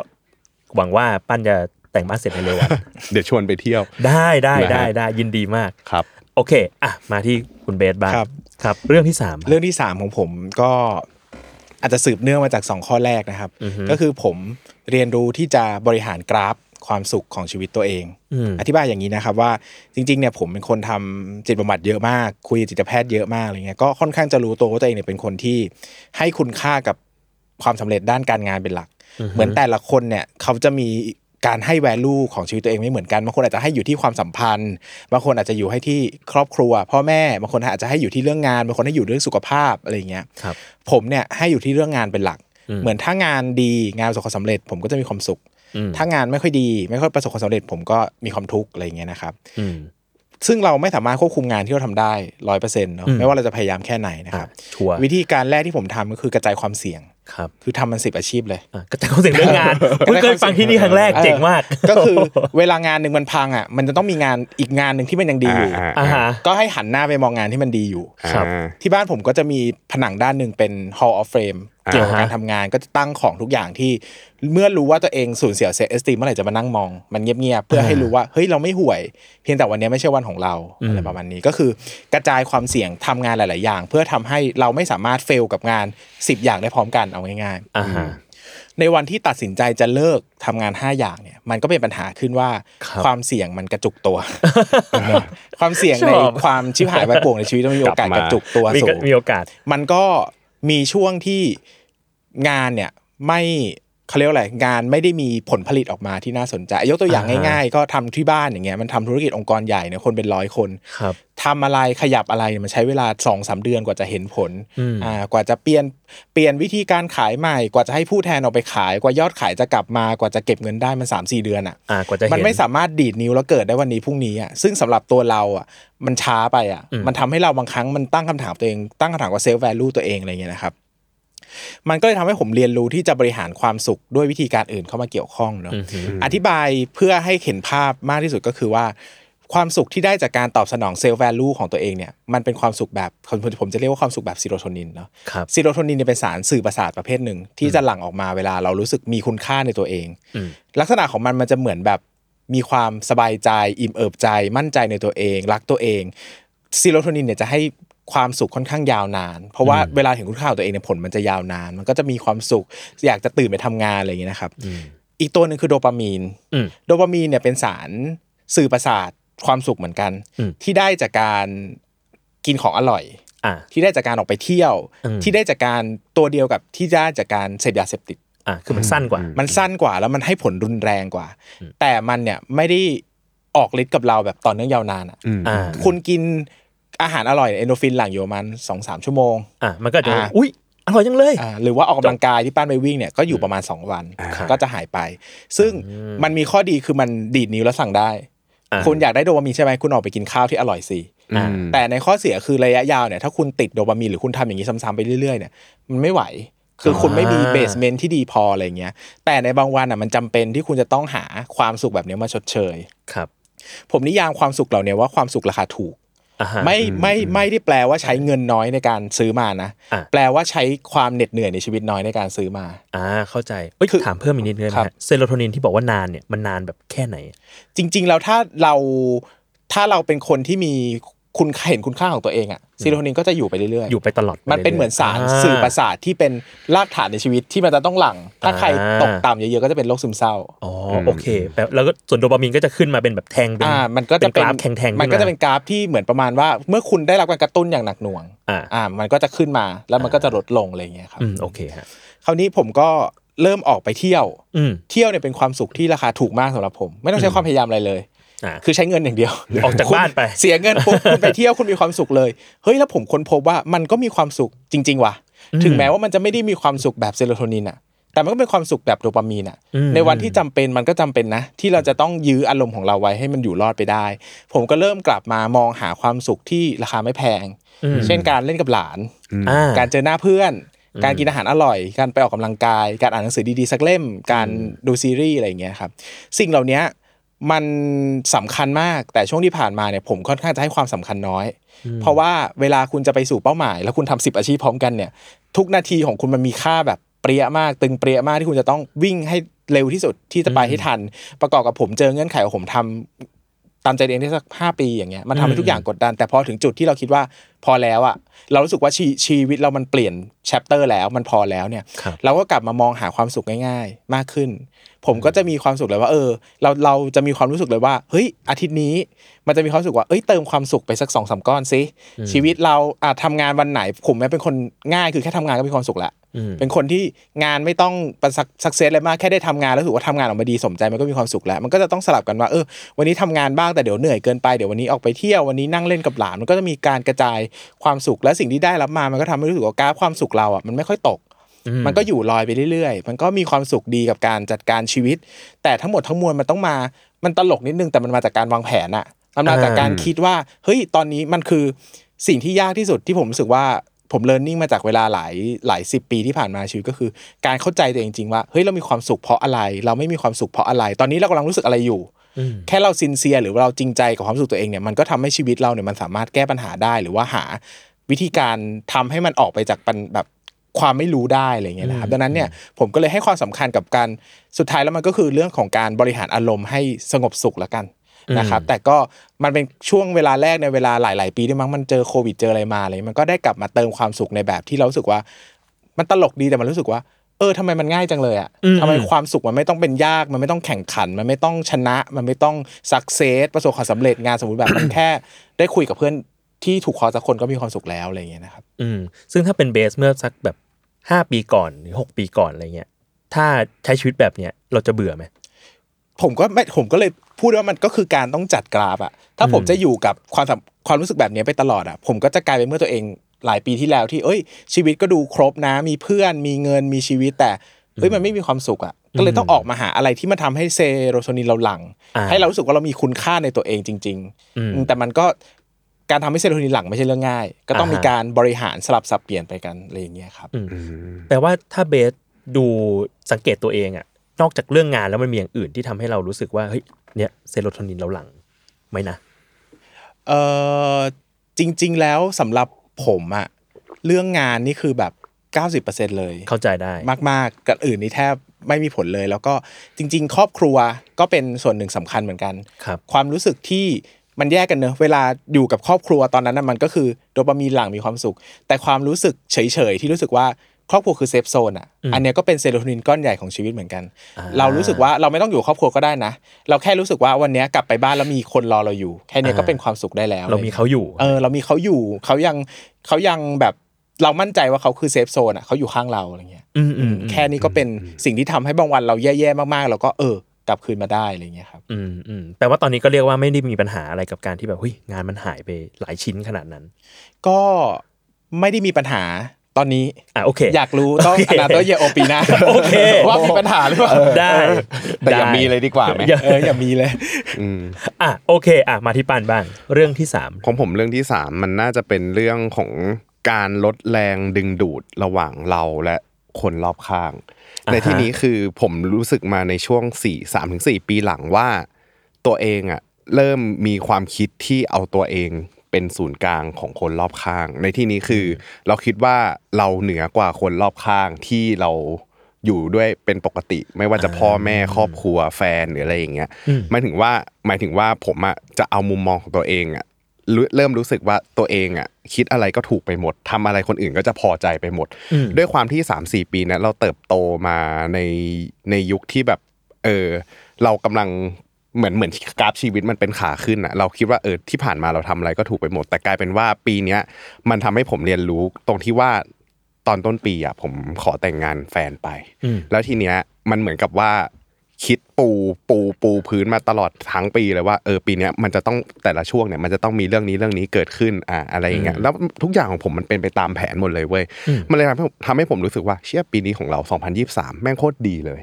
หวังว่าปั้นจะแต่งบ้านเสร็จในเร็ววัน เดี๋ยวชวนไปเที่ยว ได้ได้ นะฮะ ได้ได้ยินดีมาก ครับ โอเคอ่ะมาที่คุณเบสบ้าง ครับ ครับ เรื่องที่สาม เรื่องที่ 3 ของผมก็อาจจะสืบเนื่องมาจาก 2 ข้อแรกนะครับ ก็คือผมเรียนรู้ที่จะบริหารกราฟความสุขของชีวิตตัวเอง อืม อธิบายอย่างนี้นะครับว่าจริงๆเนี่ยผมเป็นคนทำจิตบำบัดเยอะมาก คุยกับจิตแพทย์เยอะมากอะไรเงี้ยก็ค่อนข้างจะรู้ตัวว่าตัวเองเนี่ยเป็นคนที่ให้คุณค่ากับความสำเร็จด้านการงานเป็นหลัก เหมือนแต่ละคนเนี่ยเขาจะมีการให้ value ของชีวิตตัวเองไม่เหมือนกันบางคนอาจจะให้อยู่ที่ความสัมพันธ์บางคนอาจจะอยู่ให้ที่ครอบครัว พ่อแม่บางคนอาจจะให้อยู่ที่เรื่องงานบางคนให้อยู่เรื่องสุขภาพอะไรอย่างเงี้ย ครับ ผมเนี่ยให้อยู่ที่เรื่องงานเป็นหลัก เหมือนถ้างานดีงานประสบความสำเร็จ ผมก็จะมีความสุข อืม ถ้างานไม่ค่อยดี ไม่ค่อยประสบความสำเร็จ ผมก็มีความทุกข์อะไรอย่างเงี้ยนะครับ อืม ซึ่งเราไม่สามารถควบคุมงานที่เราทำได้ร้อยเปอร์เซ็นต์เนาะ อืม ไม่ว่าเราจะพยายามแค่ไหนนะครับ ชัวร์ วิธีการแรกที่ผมทำก็คือกระจายความเสี่ยง ครับ คือทำมันสิบอาชีพเลย อ่ะก็จะเข้าเสียงเรื่องงานเพิ่งเคยฟังที่นี่ครั้งแรก ออ เจ๋งมาก ก็คือ เวลางานหนึ่งมันพังอ่ะมันจะต้องมีงานอีกงานหนึ่งที่มันยังดีอยู่ อ่า อ่าฮะ ก็ให้หันหน้าไปมองงานที่มันดีอยู่ ครับ อ่า ที่บ้านผมก็จะมีผนังด้านหนึ่งเป็น hall of fame อ่า เกี่ยวกับการทำงานก็จะตั้งของทุกอย่างที่เมื่อรู้ว่าตัวเองสูญเสียเซสติเมื่อไหร่จะมานั่งมอง มันเงียบๆเพื่อให้รู้ว่าเฮ้ยเราไม่ห่วย เพียงแต่วันนี้ไม่ใช่วันของเราอะไรประมาณนี้ก็คือกระจายความเสี่ยงทำงานหลาย ๆ อย่าง เพื่อทำให้เราไม่สามารถเฟลกับงาน 10 อย่างได้พร้อมกันเอาง่าย อ่าฮะ ๆ ในวันที่ตัดสินใจจะเลิกทำงาน 5 อย่างเนี่ยมันก็เป็นปัญหาขึ้นว่า ครับ ความเสี่ยงมันกระจุกตัว ความเสี่ยงใน ชอบ ความชิบหายไป ป่วงในชีวิตมันมีโอกาสกระจุกตัว มี สู ก็ ง มีโอกาส มันก็มีช่วงที่งานเนี่ยไม่เขาเรียกว่าอะไรงานไม่ได้มีผลผลิตออกมาที่น่าสนใจ ยกตัวอย่าง อ่าฮะ ง่ายๆ ก็ทำที่บ้านอย่างเงี้ยมันทำธุรกิจองค์กรใหญ่เนี่ยคนเป็นร้อยคน ครับ ทำอะไรขยับอะไรเนี่ยมันใช้เวลา2อสเดือนกว่าจะเห็นผล อืม อ่ากว่าจะเปลี่ยนเปลี่ยนวิธีการขายใหม่ กว่าจะให้ผู้แทนออกไปขาย กว่ายอดขายจะกลับมากว่าจะเก็บเงินได้มัน3าสี่เดือนอ่ะ อ่ากว่าจะเห็น มันไม่สามารถดีดนิ้วแล้วเกิดได้วันนี้พรุ่งนี้อ่ะซึ่งสำหรับตัวเราอ่ะมันช้าไปอ่ะ อืม มันทำให้เราบางครั้งมันตั้งคำถามตัวเองตั้งคำถามกับเซลฟ์แวลูตัวเองอะไรเงี้ยนะครับมันก็เลยทำให้ผมเรียนรู้ที่จะบริหารความสุขด้วยวิธีการอื่นเข้ามาเกี่ยวข้องเนาะ อือหือ อธิบายเพื่อให้เห็นภาพมากที่สุดก็คือว่า ความสุขที่ได้จากการตอบสนองเซลล์แวลูของตัวเองเนี่ยมันเป็นความสุขแบบผมผมจะเรียกว่าความสุขแบบซีโรโทนินเนาะ ครับ ซีโรโทนินเนี่ยเป็นสารสื่อประสาทประเภทหนึ่ง ที่จะหลั่งออกมาเวลาเรารู้สึกมีคุณค่าในตัวเอง อืม ลักษณะของมันมันจะเหมือนแบบมีความสบายใจ อิ่มเอิบใจ มั่นใจในตัวเอง รักตัวเองซีโรโทนินเนี่ยจะให้ความสุขค่อนข้างยาวนาน เพราะว่าเวลาเห็นคุณค่าของตัวเองเนี่ยผลมันจะยาวนาน มันก็จะมีความสุขอยากจะตื่นไปทำงานอะไรอย่างเงี้ยนะครับ อีกตัวหนึ่งคือโดปามีน อืม โดปามีนเนี่ยเป็นสารสื่อประสาทความสุขเหมือนกัน อืม ที่ได้จากการกินของอร่อย อ่า ที่ได้จากการออกไปเที่ยว อืม ที่ได้จากการตัวเดียวกับที่ได้จากการเสพยาเสพติด อ่าคือมันสั้นกว่า มันสั้นกว่าแล้วมันให้ผลรุนแรงกว่า แต่มันเนี่ยไม่ได้ออกฤทธิ์กับเราแบบต่อเนื่องยาวนานอ่ะ อืม อ่า คุณกินอาหารอร่อยเอนโดฟินหลั่งอยู่ประมาณสองสามชั่วโมง อ่ามันก็จะ อ่า อุ้ยอร่อยจังเลย อ่าหรือว่าออกกำลังกายที่ป้านไปวิ่งเนี่ยก็อยู่ประมาณ 2 วัน ครับ ก็จะหายไป ซึ่งมันมีข้อดีคือมันดีดนิ้วแล้วสั่งได้ อ่า คุณอยากได้โดปามีนใช่ไหมคุณออกไปกินข้าวที่อร่อยสิ อ่า แต่ในข้อเสียคือระยะยาวเนี่ยถ้าคุณติดโดปามีนหรือคุณทำอย่างนี้ซ้ำๆไปเรื่อยๆเนี่ยมันไม่ไหว คือคุณไม่มี อ่า เบสเมนที่ดีพออะไรเงี้ยแต่ในบางวันอ่ะมันจำเป็นที่คุณจะต้องหาความสุขแบบเนี้ยมาชดเชย ครับ ผมนิยามความสุขเหล่าเนี้ยว่าความสุขราคาถูก อ่าฮะ ไม่ไม่ไม่ได้แปลว่าใช้เงินน้อยในการซื้อมานะ อ่ะ แปลว่าใช้ความเหน็ดเหนื่อยในชีวิตน้อยในการซื้อมา อ่าเข้าใจเอ้ย คือ ถามเพิ่มอีกนิดนึง คนะรับ ฮะเซโรโทนินที่บอกว่านานเนี่ยมันนานแบบแค่ไหน จริง ๆ แล้วถ้าเราถ้าเราเป็นคนที่มีคุณค่าเห็นคุณค่าของตัวเองอะซีโรโทนินก็จะอยู่ไปเรื่อยๆ อยู่ไปตลอด มันเป็นเหมือนสาร ยๆ สื่อประสาทที่เป็นรากฐานในชีวิตที่มันจะต้องหลัง ถ้าใครตกต่ำเยอะๆก็จะเป็นโรคซึมเศร้า อ๋อโอเคแปลแล้วก็ส่วนโดปามีนก็จะขึ้นมาเป็นแบบแทงเป็น อ่ามันก็จะ เป็ เป็นกรานฟแทงแทง มันก็จะเป็นกราฟที่เหมือนประมาณว่า เมื่อคุณได้รับการกระตุ้นอย่างหนักหน่วง อ่า อ่ามันก็จะขึ้นมาแล้วมันก็จะลดลงอะไรอย่างเงี้ยครับ อืมโอเคฮะ คราวนี้ผมก็เริ่มออกไปเที่ยว อืม เที่ยวเนี่ยเป็นความสุขที่ราคาถูกมากสำหรับผม ไม่ต้องใช้ความพยายามอะไรเลย อ่า คือใช้เงินอย่างเดียว ออกจาก คุณ บ้านไป เสียเงินปุ๊บ คุณไปเที่ยวคุณมีความสุขเลย เฮ้ยแล้วผมค้นพบว่ามันก็มีความสุขจริง ๆ ว่ะ ถึงแม้ว่ามันจะไม่ได้มีความสุขแบบเซโรโทนินอะแต่มันก็เป็นความสุขแบบโดปามีนอะในวันที่จำเป็นมันก็จำเป็นนะ ที่เราจะต้องยื้ออารมณ์ของเราไว้ให้มันอยู่รอดไปได้ ผมก็เริ่มกลับมามองหาความสุขที่ราคาไม่แพง เช่นการเล่นกับหลาน อ่า การเจอหน้าเพื่อน การกินอาหารอร่อย การไปออกกำลังกาย การอ่านหนังสือดีๆสักเล่ม การดูซีรีส์อะไรอย่างเงี้ยครับ สิ่งเหล่านี้มันสำคัญมาก แต่ช่วงที่ผ่านมาเนี่ยผมค่อนข้างจะให้ความสำคัญน้อย เพราะว่าเวลาคุณจะไปสู่เป้าหมาย แล้วคุณทำสิบอาชีพพร้อมกันเนี่ย ทุกนาทีของคุณมันมีค่าแบบเปรี้ยมาก ตึงเปรี้ยมากที่คุณจะต้องวิ่งให้เร็วที่สุดที่จะไปให้ทัน ประกอบกับผมเจอเงื่อนไขของผมทำตามใจตัวเองได้สักห้าปีอย่างเงี้ยมันทำให้ทุกอย่างกดดัน แต่พอถึงจุดที่เราคิดว่า พอแล้วอะเรารู้สึกว่าชีชีวิตเรามันเปลี่ยนแชปเตอร์แล้วมันพอแล้วเนี่ย ครับ เราก็กลับมามองหาความสุขง่ายๆ มากขึ้น ผมก็จะมีความสุขเลยว่า เออ เราเราจะมีความรู้สึกเลยว่าเฮ้ยอาทิตย์นี้ มันจะมีความรู้สึกว่าเอ้ยเติมความสุขไปสักสองสามก้อนสิชีวิตเราอาจทำงานวันไหน ผมเนี่ยเป็นคนง่ายคือแค่ทำงานก็มีความสุขละ อืม เป็นคนที่งานไม่ต้องประสักสักเซสอะไรมากแค่ได้ทำงานแล้วรู้สึกว่าทำงานออกมาดีสมใจมันก็มีความสุขแล้ว มันก็จะต้องสลับกันว่าเออวันนี้ทำงานบ้างแต่เดี๋ยวเหนื่อยเกินไปเดี๋ยววันนี้ออกไปเที่ยววันนี้นั่งเล่นกับหลานมันก็จะมีการกระจายความสุขและสิ่งที่ได้รับมามันก็ทำให้รู้สึกว่ากราฟความสุขเราอ่ะมันไม่ค่อยตก มันก็อยู่ลอยไปเรื่อยๆ มันก็มีความสุขดีกับการจัดการชีวิต แต่ทั้งหมดทั้งมวลมันต้องมา มันตลกนิดนึงแต่มันมาจากการวางแผนอะมันมาจากการคิดว่าเฮ้ยตอนนี้มันคือสิ่งที่ยากที่สุดที่ผมรู้สึกว่าผมเรียนรู้มาจากเวลาหลายหลายสิบปีที่ผ่านมาชีวิตก็คือ การเข้าใจตัวเองจริงๆว่าเฮ้ยเรามีความสุขเพราะอะไร เราไม่มีความสุขเพราะอะไร ตอนนี้เรากำลังรู้สึกอะไรอยู่ แค่เราซินเซียหรือว่าเราจริงใจกับความสุขตัวเองเนี่ยมันก็ทำให้ชีวิตเราเนี่ยมันสามารถแก้ปัญหาได้หรือว่าหาวิธีการทำให้มันออกไปจากปัญแบบความไม่รู้ได้อะไรเงี้ยนะครับดังนั้นเนี่ยผมก็เลยให้ความสำคัญกับการสุดท้ายแล้วมันก็คือเรื่องของการบริหารอารมณ์ให้สงบสุขละกันนะครับแต่ก็มันเป็นช่วงเวลาแรกในเวลาหลาย ๆ ปีด้วยมั้งมันเจอโควิดเจออะไรมาอะไรมันก็ได้กลับมาเติมความสุขในแบบที่เรารู้สึกว่า มันตลกดีแต่มันรู้สึกว่า เออทำไมมันง่ายจังเลยอะ อืม ทำไมความสุขมันไม่ต้องเป็นยาก มันไม่ต้องแข่งขัน มันไม่ต้องชนะ มันไม่ต้องสักเซสประสบความสำเร็จงานสมมติแบบ มันแค่ได้คุยกับเพื่อนที่ถูกคอสักคนก็มีความสุขแล้วอะไรอย่างเงี้ยนะครับ อืมซึ่งถ้าเป็นเบสเมื่อสักแบบห้าปีก่อนหรือหกปีก่อนอะไรเงี้ยถ้าใช้ชีวิตแบบเนี้ยเราจะเบื่อไหม ผมก็ไม่ผมก็เลยพูดว่ามันก็คือการต้องจัดกราฟอะถ้าผมจะอยู่กับความสัมความรู้สึกแบบเนี้ยไปตลอดอะผมก็จะกลายเป็นเมื่อตัวเองหลายปีที่แล้วที่เอ้ย ชีวิตก็ดูครบนะ มีเพื่อนมีเงินมีชีวิตแต่เอ้ยมันไม่มีความสุขอะก็เลยต้องออกมาหาอะไรที่มันทำให้เซโรโทนินเราหลัง อ่า ให้เรารู้สึกว่าเรามีคุณค่าในตัวเองจริง ๆ อืม แต่มันก็การทำให้เซโรโทนินหลังไม่ใช่เรื่องง่าย ก็ต้องมี อ่าฮะ การบริหารสลับสับเปลี่ยนไปกันอะไรอย่างเงี้ยครับ แปลว่าถ้าเบสดูสังเกตตัวเองอะนอกจากเรื่องงานแล้วมันมีอย่างอื่นที่ทำให้เรารู้สึกว่าเฮ้ยเนี่ยเซโรโทนินเราหลังไหมนะ เออจริง ๆ แล้วสำหรับผมอะเรื่องงานนี่คือแบบ 90%เลย เข้าใจได้ มากๆกับอื่นนี่แทบไม่มีผลเลย แล้วก็จริง ๆ ครอบครัวก็เป็นส่วนหนึ่งสำคัญเหมือนกัน ครับ ความรู้สึกที่มันแยกกันเนอะเวลาอยู่กับครอบครัวตอนนั้นน่ะมันก็คือโดปามีนหลั่งมีความสุข แต่ความรู้สึกเฉยๆที่รู้สึกว่าครอบครัวคือเซฟโซนอ่ะอันเนี้ยก็เป็นเซโรโทนินก้อนใหญ่ของชีวิตเหมือนกัน เรารู้สึกว่าเราไม่ต้องอยู่ครอบครัวก็ได้นะ เราแค่รู้สึกว่าวันเนี้ยกลับไปบ้านแล้วมีคนรอเราอยู่แค่เนี้ยก็ อ่า เป็นความสุขได้แล้ว เรามีเขาอยู่ เออเรามีเขาอยู่เขายังเขายังแบบเรามั่นใจว่าเขาคือเซฟโซนอ่ะเขาอยู่ข้างเราอะไรเงี้ย อืมอืมอืม แค่นี้ก็เป็นสิ่งที่ทำให้บางวันเราแย่ๆมากๆ เราก็เออกลับคืนมาได้อะไรเงี้ยครับ อืมอืมแปลว่าตอนนี้ก็เรียกว่าไม่ได้มีปัญหาอะไรกับการที่แบบเฮ้ยงานมันหายไปหลายชิ้นขนาดนั้น ก็ไม่ได้มีปัญหาตอนนี้ อ่ะโอเค อยากรู้ต้อง โอเค อนาโตเยโอปีหน้า โอเค ว่ามีปัญหาหรือเปล่า ได้ แต่อย่า ได้ มีเลยดีกว่าไหม อย่ เอออย่ามีเลย อ่ะโอเค อ่ะมาที่ปานบ้างเรื่องที่สาม ของผมเรื่องที่สามมันน่าจะเป็นเรื่องของการลดแรงดึงดูดระหว่างเราและคนรอบข้าง อ่าฮะ ในที่นี้คือผมรู้สึกมาในช่วง4 3ถึง4ปีหลังว่า ตัวเองอะเริ่มมีความคิดที่เอาตัวเองเป็นศูนย์กลางของคนรอบข้าง ในที่นี้คือ เราคิดว่าเราเหนือกว่าคนรอบข้างที่เราอยู่ด้วยเป็นปกติ ไม่ว่าจะพ่อแม่ครอบครัวแฟนหรืออะไรอย่างเงี้ยหมายถึงว่าหมายถึงว่าผมอะจะเอามุมมองของตัวเองอะ รู้เริ่มรู้สึกว่าตัวเองอ่ะคิดอะไรก็ถูกไปหมดทำอะไรคนอื่นก็จะพอใจไปหมด ด้วยความที่ 3 4 ปีเนั้นเราเติบโตมาในในยุคที่แบบเออเรากำลังเหมือนเหมือนกราฟชีวิตมันเป็นขาขึ้นอ่ะเราคิดว่าเออที่ผ่านมาเราทำอะไรก็ถูกไปหมด แต่กลายเป็นว่าปีเนี้ยมันทำให้ผมเรียนรู้ตรงที่ว่าตอนต้นปีอ่ะผมขอแต่งงานแฟนไป แล้วทีเนี้ยมันเหมือนกับว่า คิดปูปูปูพื้นมาตลอดทั้งปีเลยว่าเออปีเนี้ยมันจะต้องแต่ละช่วงเนี่ยมันจะต้องมีเรื่องนี้เรื่องนี้เกิดขึ้นอ่าอะไรอย่างเงี้ยแล้วทุกอย่างของผมมันเป็นไปตามแผนหมดเลยเว้ยมันเลยทำให้ผมทำให้ผมรู้สึกว่าเชี่ยปีนี้ของเรา 2023 แม่งโคตรดีเลย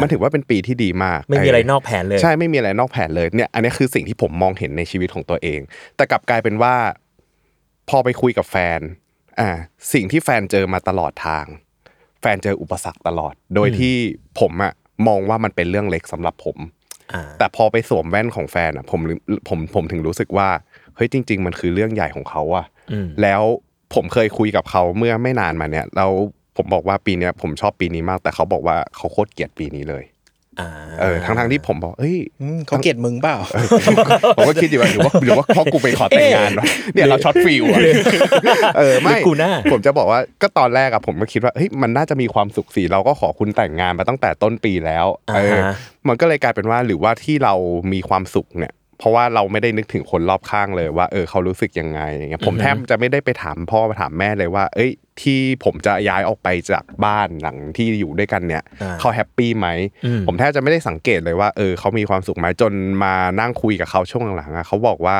มันถือว่าเป็นปีที่ดีมาก ไม่มีอะไรนอกแผนเลย ใช่ไม่มีอะไรนอกแผนเลยเนี่ยอันนี้คือสิ่งที่ผมมองเห็นในชีวิตของตัวเอง แต่กลับกลายเป็นว่า พอไปคุยกับแฟนอ่าสิ่งที่แฟนเจอมาตลอดทาง แฟนเจออุปสรรคตลอด โดยที่ผมอะมองว่ามันเป็นเรื่องเล็กสำหรับผม อ่า แต่พอไปสวมแว่นของแฟนอะผมผมผมถึงรู้สึกว่าเฮ้ยจริง ๆ มันคือเรื่องใหญ่ของเขาอะ อืม แล้วผมเคยคุยกับเขาเมื่อไม่นานมาเนี่ยแล้วผมบอกว่าปีเนี้ยผมชอบปีนี้มาก แต่เขาบอกว่าเขาโคตรเกลียดปีนี้เลย อ่า เออทั้งทั้งๆที่ผมบอกเอ้ย อืมเขาเกลียดมึงเปล่า ผมก็คิดอยู่ว่าหรือว่าหรือว่าเพราะกูไปขอแต่งงานวะเนี่ยเราช็อตฟิลอะเออ ห ไม่ รือกูหน้า ผมจะบอกว่าก็ตอนแรกอะผมก็คิดว่าเฮ้ยมันน่าจะมีความสุขสิเราก็ขอคุณแต่งงานมาตั้งแต่ต้นปีแล้วเออ ฮะ มันก็เลยกลายเป็นว่าหรือว่าที่เรามีความสุขเนี่ย เพราะว่าเราไม่ได้นึกถึงคนรอบข้างเลยว่าเออเขารู้สึกยังไงอย่างเงี้ยผมแทบจะไม่ได้ไปถามพ่อถามแม่เลยว่า เอ้ย ที่ผมจะย้ายออกไปจากบ้านหลังที่อยู่ด้วยกันเนี่ย อ่า เขาแฮปปี้ไหม ผมแทบจะไม่ได้สังเกตเลยว่าเออเขามีความสุขไหมจนมานั่งคุยกับเขาช่วงหลังๆอะเขาบอกว่า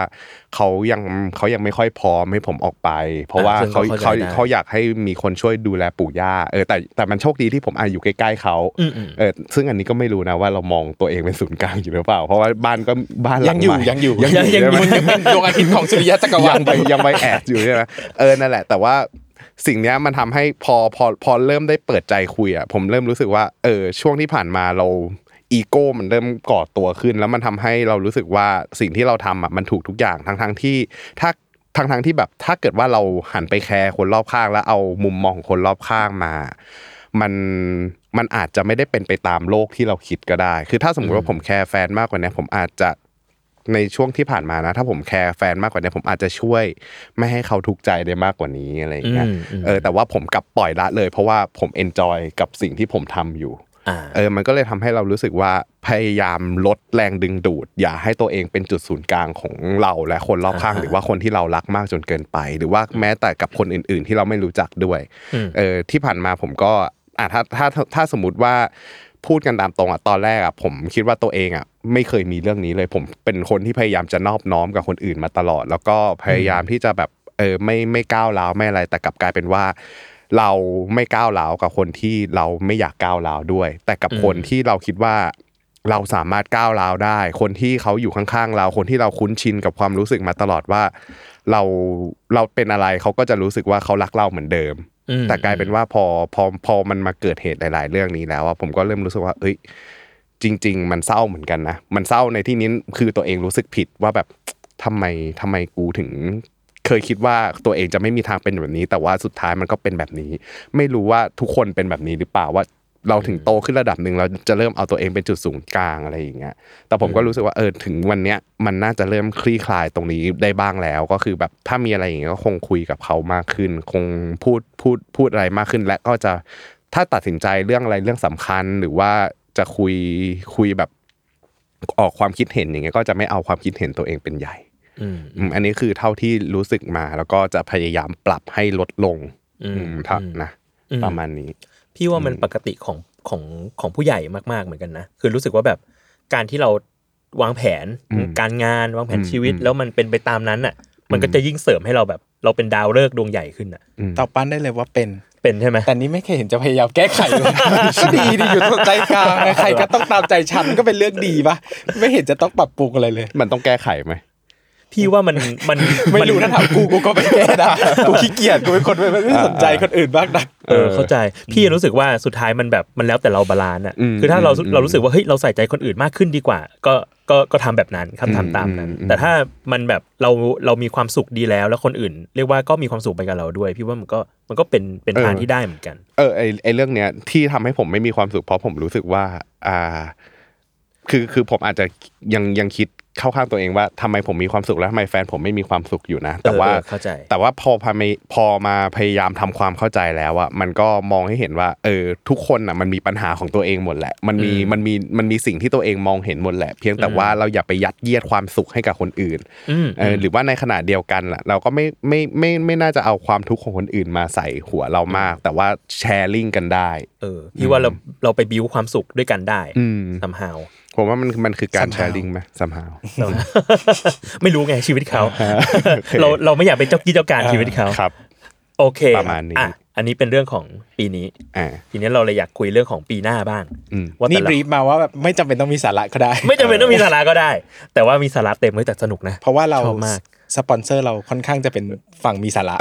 เขายังเขายังไม่ค่อยพร้อมให้ผมออกไป เพราะว่า อ่ะซึ่ง เขา ก็เข้า เขา ใจได้ เขาอยากให้มีคนช่วยดูแลปู่ย่าเออแต่แต่มันโชคดีที่ผมอะอยู่ใกล้ๆเขา อืมอืม เออซึ่งอันนี้ก็ไม่รู้นะว่าเรามองตัวเองเป็นศูนย์กลางอยู่หรือเปล่า เพราะว่าบ้านก็บ้านหลั ยัง งอยู่ ใหม่ ยังอยู่ ยังอยู่ ยัง ใช่ไหม มันยังเป็นดวงอาทิตย์ของสุริยะจักรวาล ยังไปยังไปแอดอยู่ใช่ไหมเออนั่นแหละ แต่ว่าสิ่งเนี้ยมันทำให้พอพอพอเริ่มได้เปิดใจคุยอ่ะผมเริ่มรู้สึกว่าเออช่วงที่ผ่านมาเราอีโก้มันเริ่มก่อตัวขึ้น แล้วมันทำให้เรารู้สึกว่าสิ่งที่เราทำอ่ะมันถูกทุกอย่างทั้งทั้งๆที่ถ้าทั้งทั้งๆที่แบบถ้าเกิดว่าเราหันไปแคร์คนรอบข้าง แล้วเอามุมมองของคนรอบข้างมา มันมันอาจจะไม่ได้เป็นไปตามโลกที่เราคิดก็ได้ คือถ้าสมมติว่าผมแคร์แฟนมากกว่าเนี้ยผมอาจจะ ในช่วงที่ผ่านมานะ ถ้าผมแคร์แฟนมากกว่าเนี้ผมอาจจะช่วย ไม่ให้เขาทุกข์ใจได้มากกว่านี้อะไรอย่างเงี้ย อืมอืม เออแต่ว่าผมกลับปล่อยละเลย เพราะว่าผมเอนจอยกับสิ่งที่ผมทำอยู่ อ่า เออมันก็เลยทำให้เรารู้สึกว่าพยายามลดแรงดึงดูด อย่าให้ตัวเองเป็นจุดศูนย์กลางของเราและคนรอบข้าง อ่าฮะ หรือว่าคนที่เรารักมากจนเกินไป หรือว่าแม้แต่กับคนอื่น ๆ ที่เราไม่รู้จักด้วย เออที่ผ่านมาผมก็อ่ะถ้าถ้าถ้าถ้าสมมติว่าพูดกันตามตรงอ่ะตอนแรกอ่ะผมคิดว่าตัวเองอ่ะไม่เคยมีเรื่องนี้เลย ผมเป็นคนที่พยายามจะนอบน้อมกับคนอื่นมาตลอด แล้วก็พยายามที่จะแบบเออไม่ไม่ก้าวร้าวไม่อะไร แต่กลับกลายเป็นว่า เราไม่ก้าวร้าวกับคนที่เราไม่อยากก้าวร้าวด้วย แต่กับคนที่เราคิดว่า เราสามารถก้าวร้าวได้ คนที่เขาอยู่ข้างๆ เรา คนที่เราคุ้นชินกับความรู้สึกมาตลอดว่า เราเราเป็นอะไรเขาก็จะรู้สึกว่าเขารักเราเหมือนเดิม อืม แต่กลายเป็นว่าพอพอพอมันมาเกิดเหตุหลาย ๆ เรื่องนี้แล้วอะผมก็เริ่มรู้สึกว่า เอ้ย จริง ๆ มันเศร้าเหมือนกันนะ มันเศร้าในที่นี้คือตัวเองรู้สึกผิดว่าแบบทำไมทำไมกูถึง เคยคิดว่าตัวเองจะไม่มีทางเป็นแบบนี้ แต่ว่าสุดท้ายมันก็เป็นแบบนี้ ไม่รู้ว่าทุกคนเป็นแบบนี้หรือเปล่าว่าเราถึงโตขึ้นระดับหนึ่งเราจะเริ่มเอาตัวเองเป็นจุดศูนย์กลางอะไรอย่างเงี้ยแต่ผมก็รู้สึกว่าเออถึงวันเนี้ยมันน่าจะเริ่มคลี่คลายตรงนี้ได้บ้างแล้ว ก็คือแบบถ้ามีอะไรอย่างเงี้ยก็คงคุยกับเขามากขึ้น คงพูดพูดพูดอะไรมากขึ้น และก็จะถ้าตัดสินใจเรื่องอะไรเรื่องสำคัญหรือว่าจะคุยคุยแบบออกความคิดเห็นอย่างเงี้ยก็จะไม่เอาความคิดเห็นตัวเองเป็นใหญ่ อืม อืมอันนี้คือเท่าที่รู้สึกมาแล้วก็จะพยายามปรับให้ลดลง อืม อืมถ้า อืม นะ อืม ประมาณนี้ พี่ว่ามันปกติของของของผู้ใหญ่มากๆเหมือนกันนะ คือรู้สึกว่าแบบการที่เราวางแผน อืม การงานวางแผน อืม ชีวิต อืม แล้วมันเป็นไปตามนั้นน่ะ มันก็จะยิ่งเสริมให้เราแบบ เราเป็นดาวฤกษ์ดวงใหญ่ขึ้นน่ะ ตอบปั้นได้เลยว่าเป็น เป็นใช่ไหม แต่นี่ไม่เคยเห็นจะพยายามแก้ไขเลย ดีดีอยู่ตรงใจกลางนะใครก็ต้องตามใจฉันก็เป็นเรื่องดีปะไม่เห็นจะต้องปรับปรุงอะไรเลย มันต้องแก้ไขไหม พี่ว่ามันมัน ไม่ น รู้นะถามกูกูก็ไม่แก้นะกูขี้เกียจกูเป็นคนไม่ไม่สนใจคนอื่นบ้างนะ เออเข้าใจ พี่รู้สึกว่าสุดท้ายมันแบบมันแล้วแต่เราบาลานซ์อ่ะ อืม คือถ้าเรา อืม เรารู้สึกว่าเฮ้ยเราใส่ใจคนอื่นมากขึ้นดีกว่า ก็ก็ก็ทำแบบนั้นครับ อืม ทำตามนั้น อืมอืม แต่ถ้ามันแบบเราเรามีความสุขดีแล้ว แล้วคนอื่น เรียกว่าก็มีความสุขไปกับเราด้วย พี่ว่ามันก็มันก็เป็นเป็นทางที่ได้เหมือนกัน เออไอไอเรื่องเนี้ยที่ทำให้ผมไม่มีความสุขเพราะผมรู้สึกว่า อ่า คือคือผมอาจจะยังยังคิดเข้าข้างตัวเองว่าทำไมผมมีความสุขแล้วทำไมแฟนผมไม่มีความสุขอยู่นะ แต่ว่า เออเออเข้าใจ แต่ว่าพอพามาพอมาพยายามทำความเข้าใจแล้วอะมันก็มองให้เห็นว่า เออ ทุกคนอ่ะมันมีปัญหาของตัวเองหมดแหละ มันมีมันมีมันมีสิ่งที่ตัวเองมองเห็นหมดแหละ เพียงแต่ว่าเราอย่าไปยัดเยียดความสุขให้กับคนอื่น อืม เออหรือว่าในขณะเดียวกันล่ะเราก็ไม่ไม่ไม่ไม่น่าจะเอาความทุกข์ของคนอื่นมาใส่หัวเรามาก แต่ว่าแชร์ลิงกันได้ เออพี่ว่าเราเราไปบิวความสุขด้วยกันได้ อืม ซัมฮาว ผมว่ามันมันคือการแชร์ลิงไหมสัมหาว ไม่รู้ไงชีวิตเขา เราเราไม่อยากเป็นเจ้ากี้เจ้าการชีวิตเขา ครับ โอเค ประมาณนี้ อ่ะอันนี้เป็นเรื่องของปีนี้ อ่า ทีนี้เราเลยอยากคุยเรื่องของปีหน้าบ้าง อืม ว่า นี่ แต่ละ บรีฟมาว่าแบบไม่จำเป็นต้องมีสาระก็ได้ ไม่จำเป็นต้องมีสาระก็ได้ แต่ว่ามีสาระเต็มเลยแต่สนุกนะ เพราะว่าเรา ชอบมาก สปอนเซอร์เราค่อนข้างจะเป็นฝั่งมีสาระ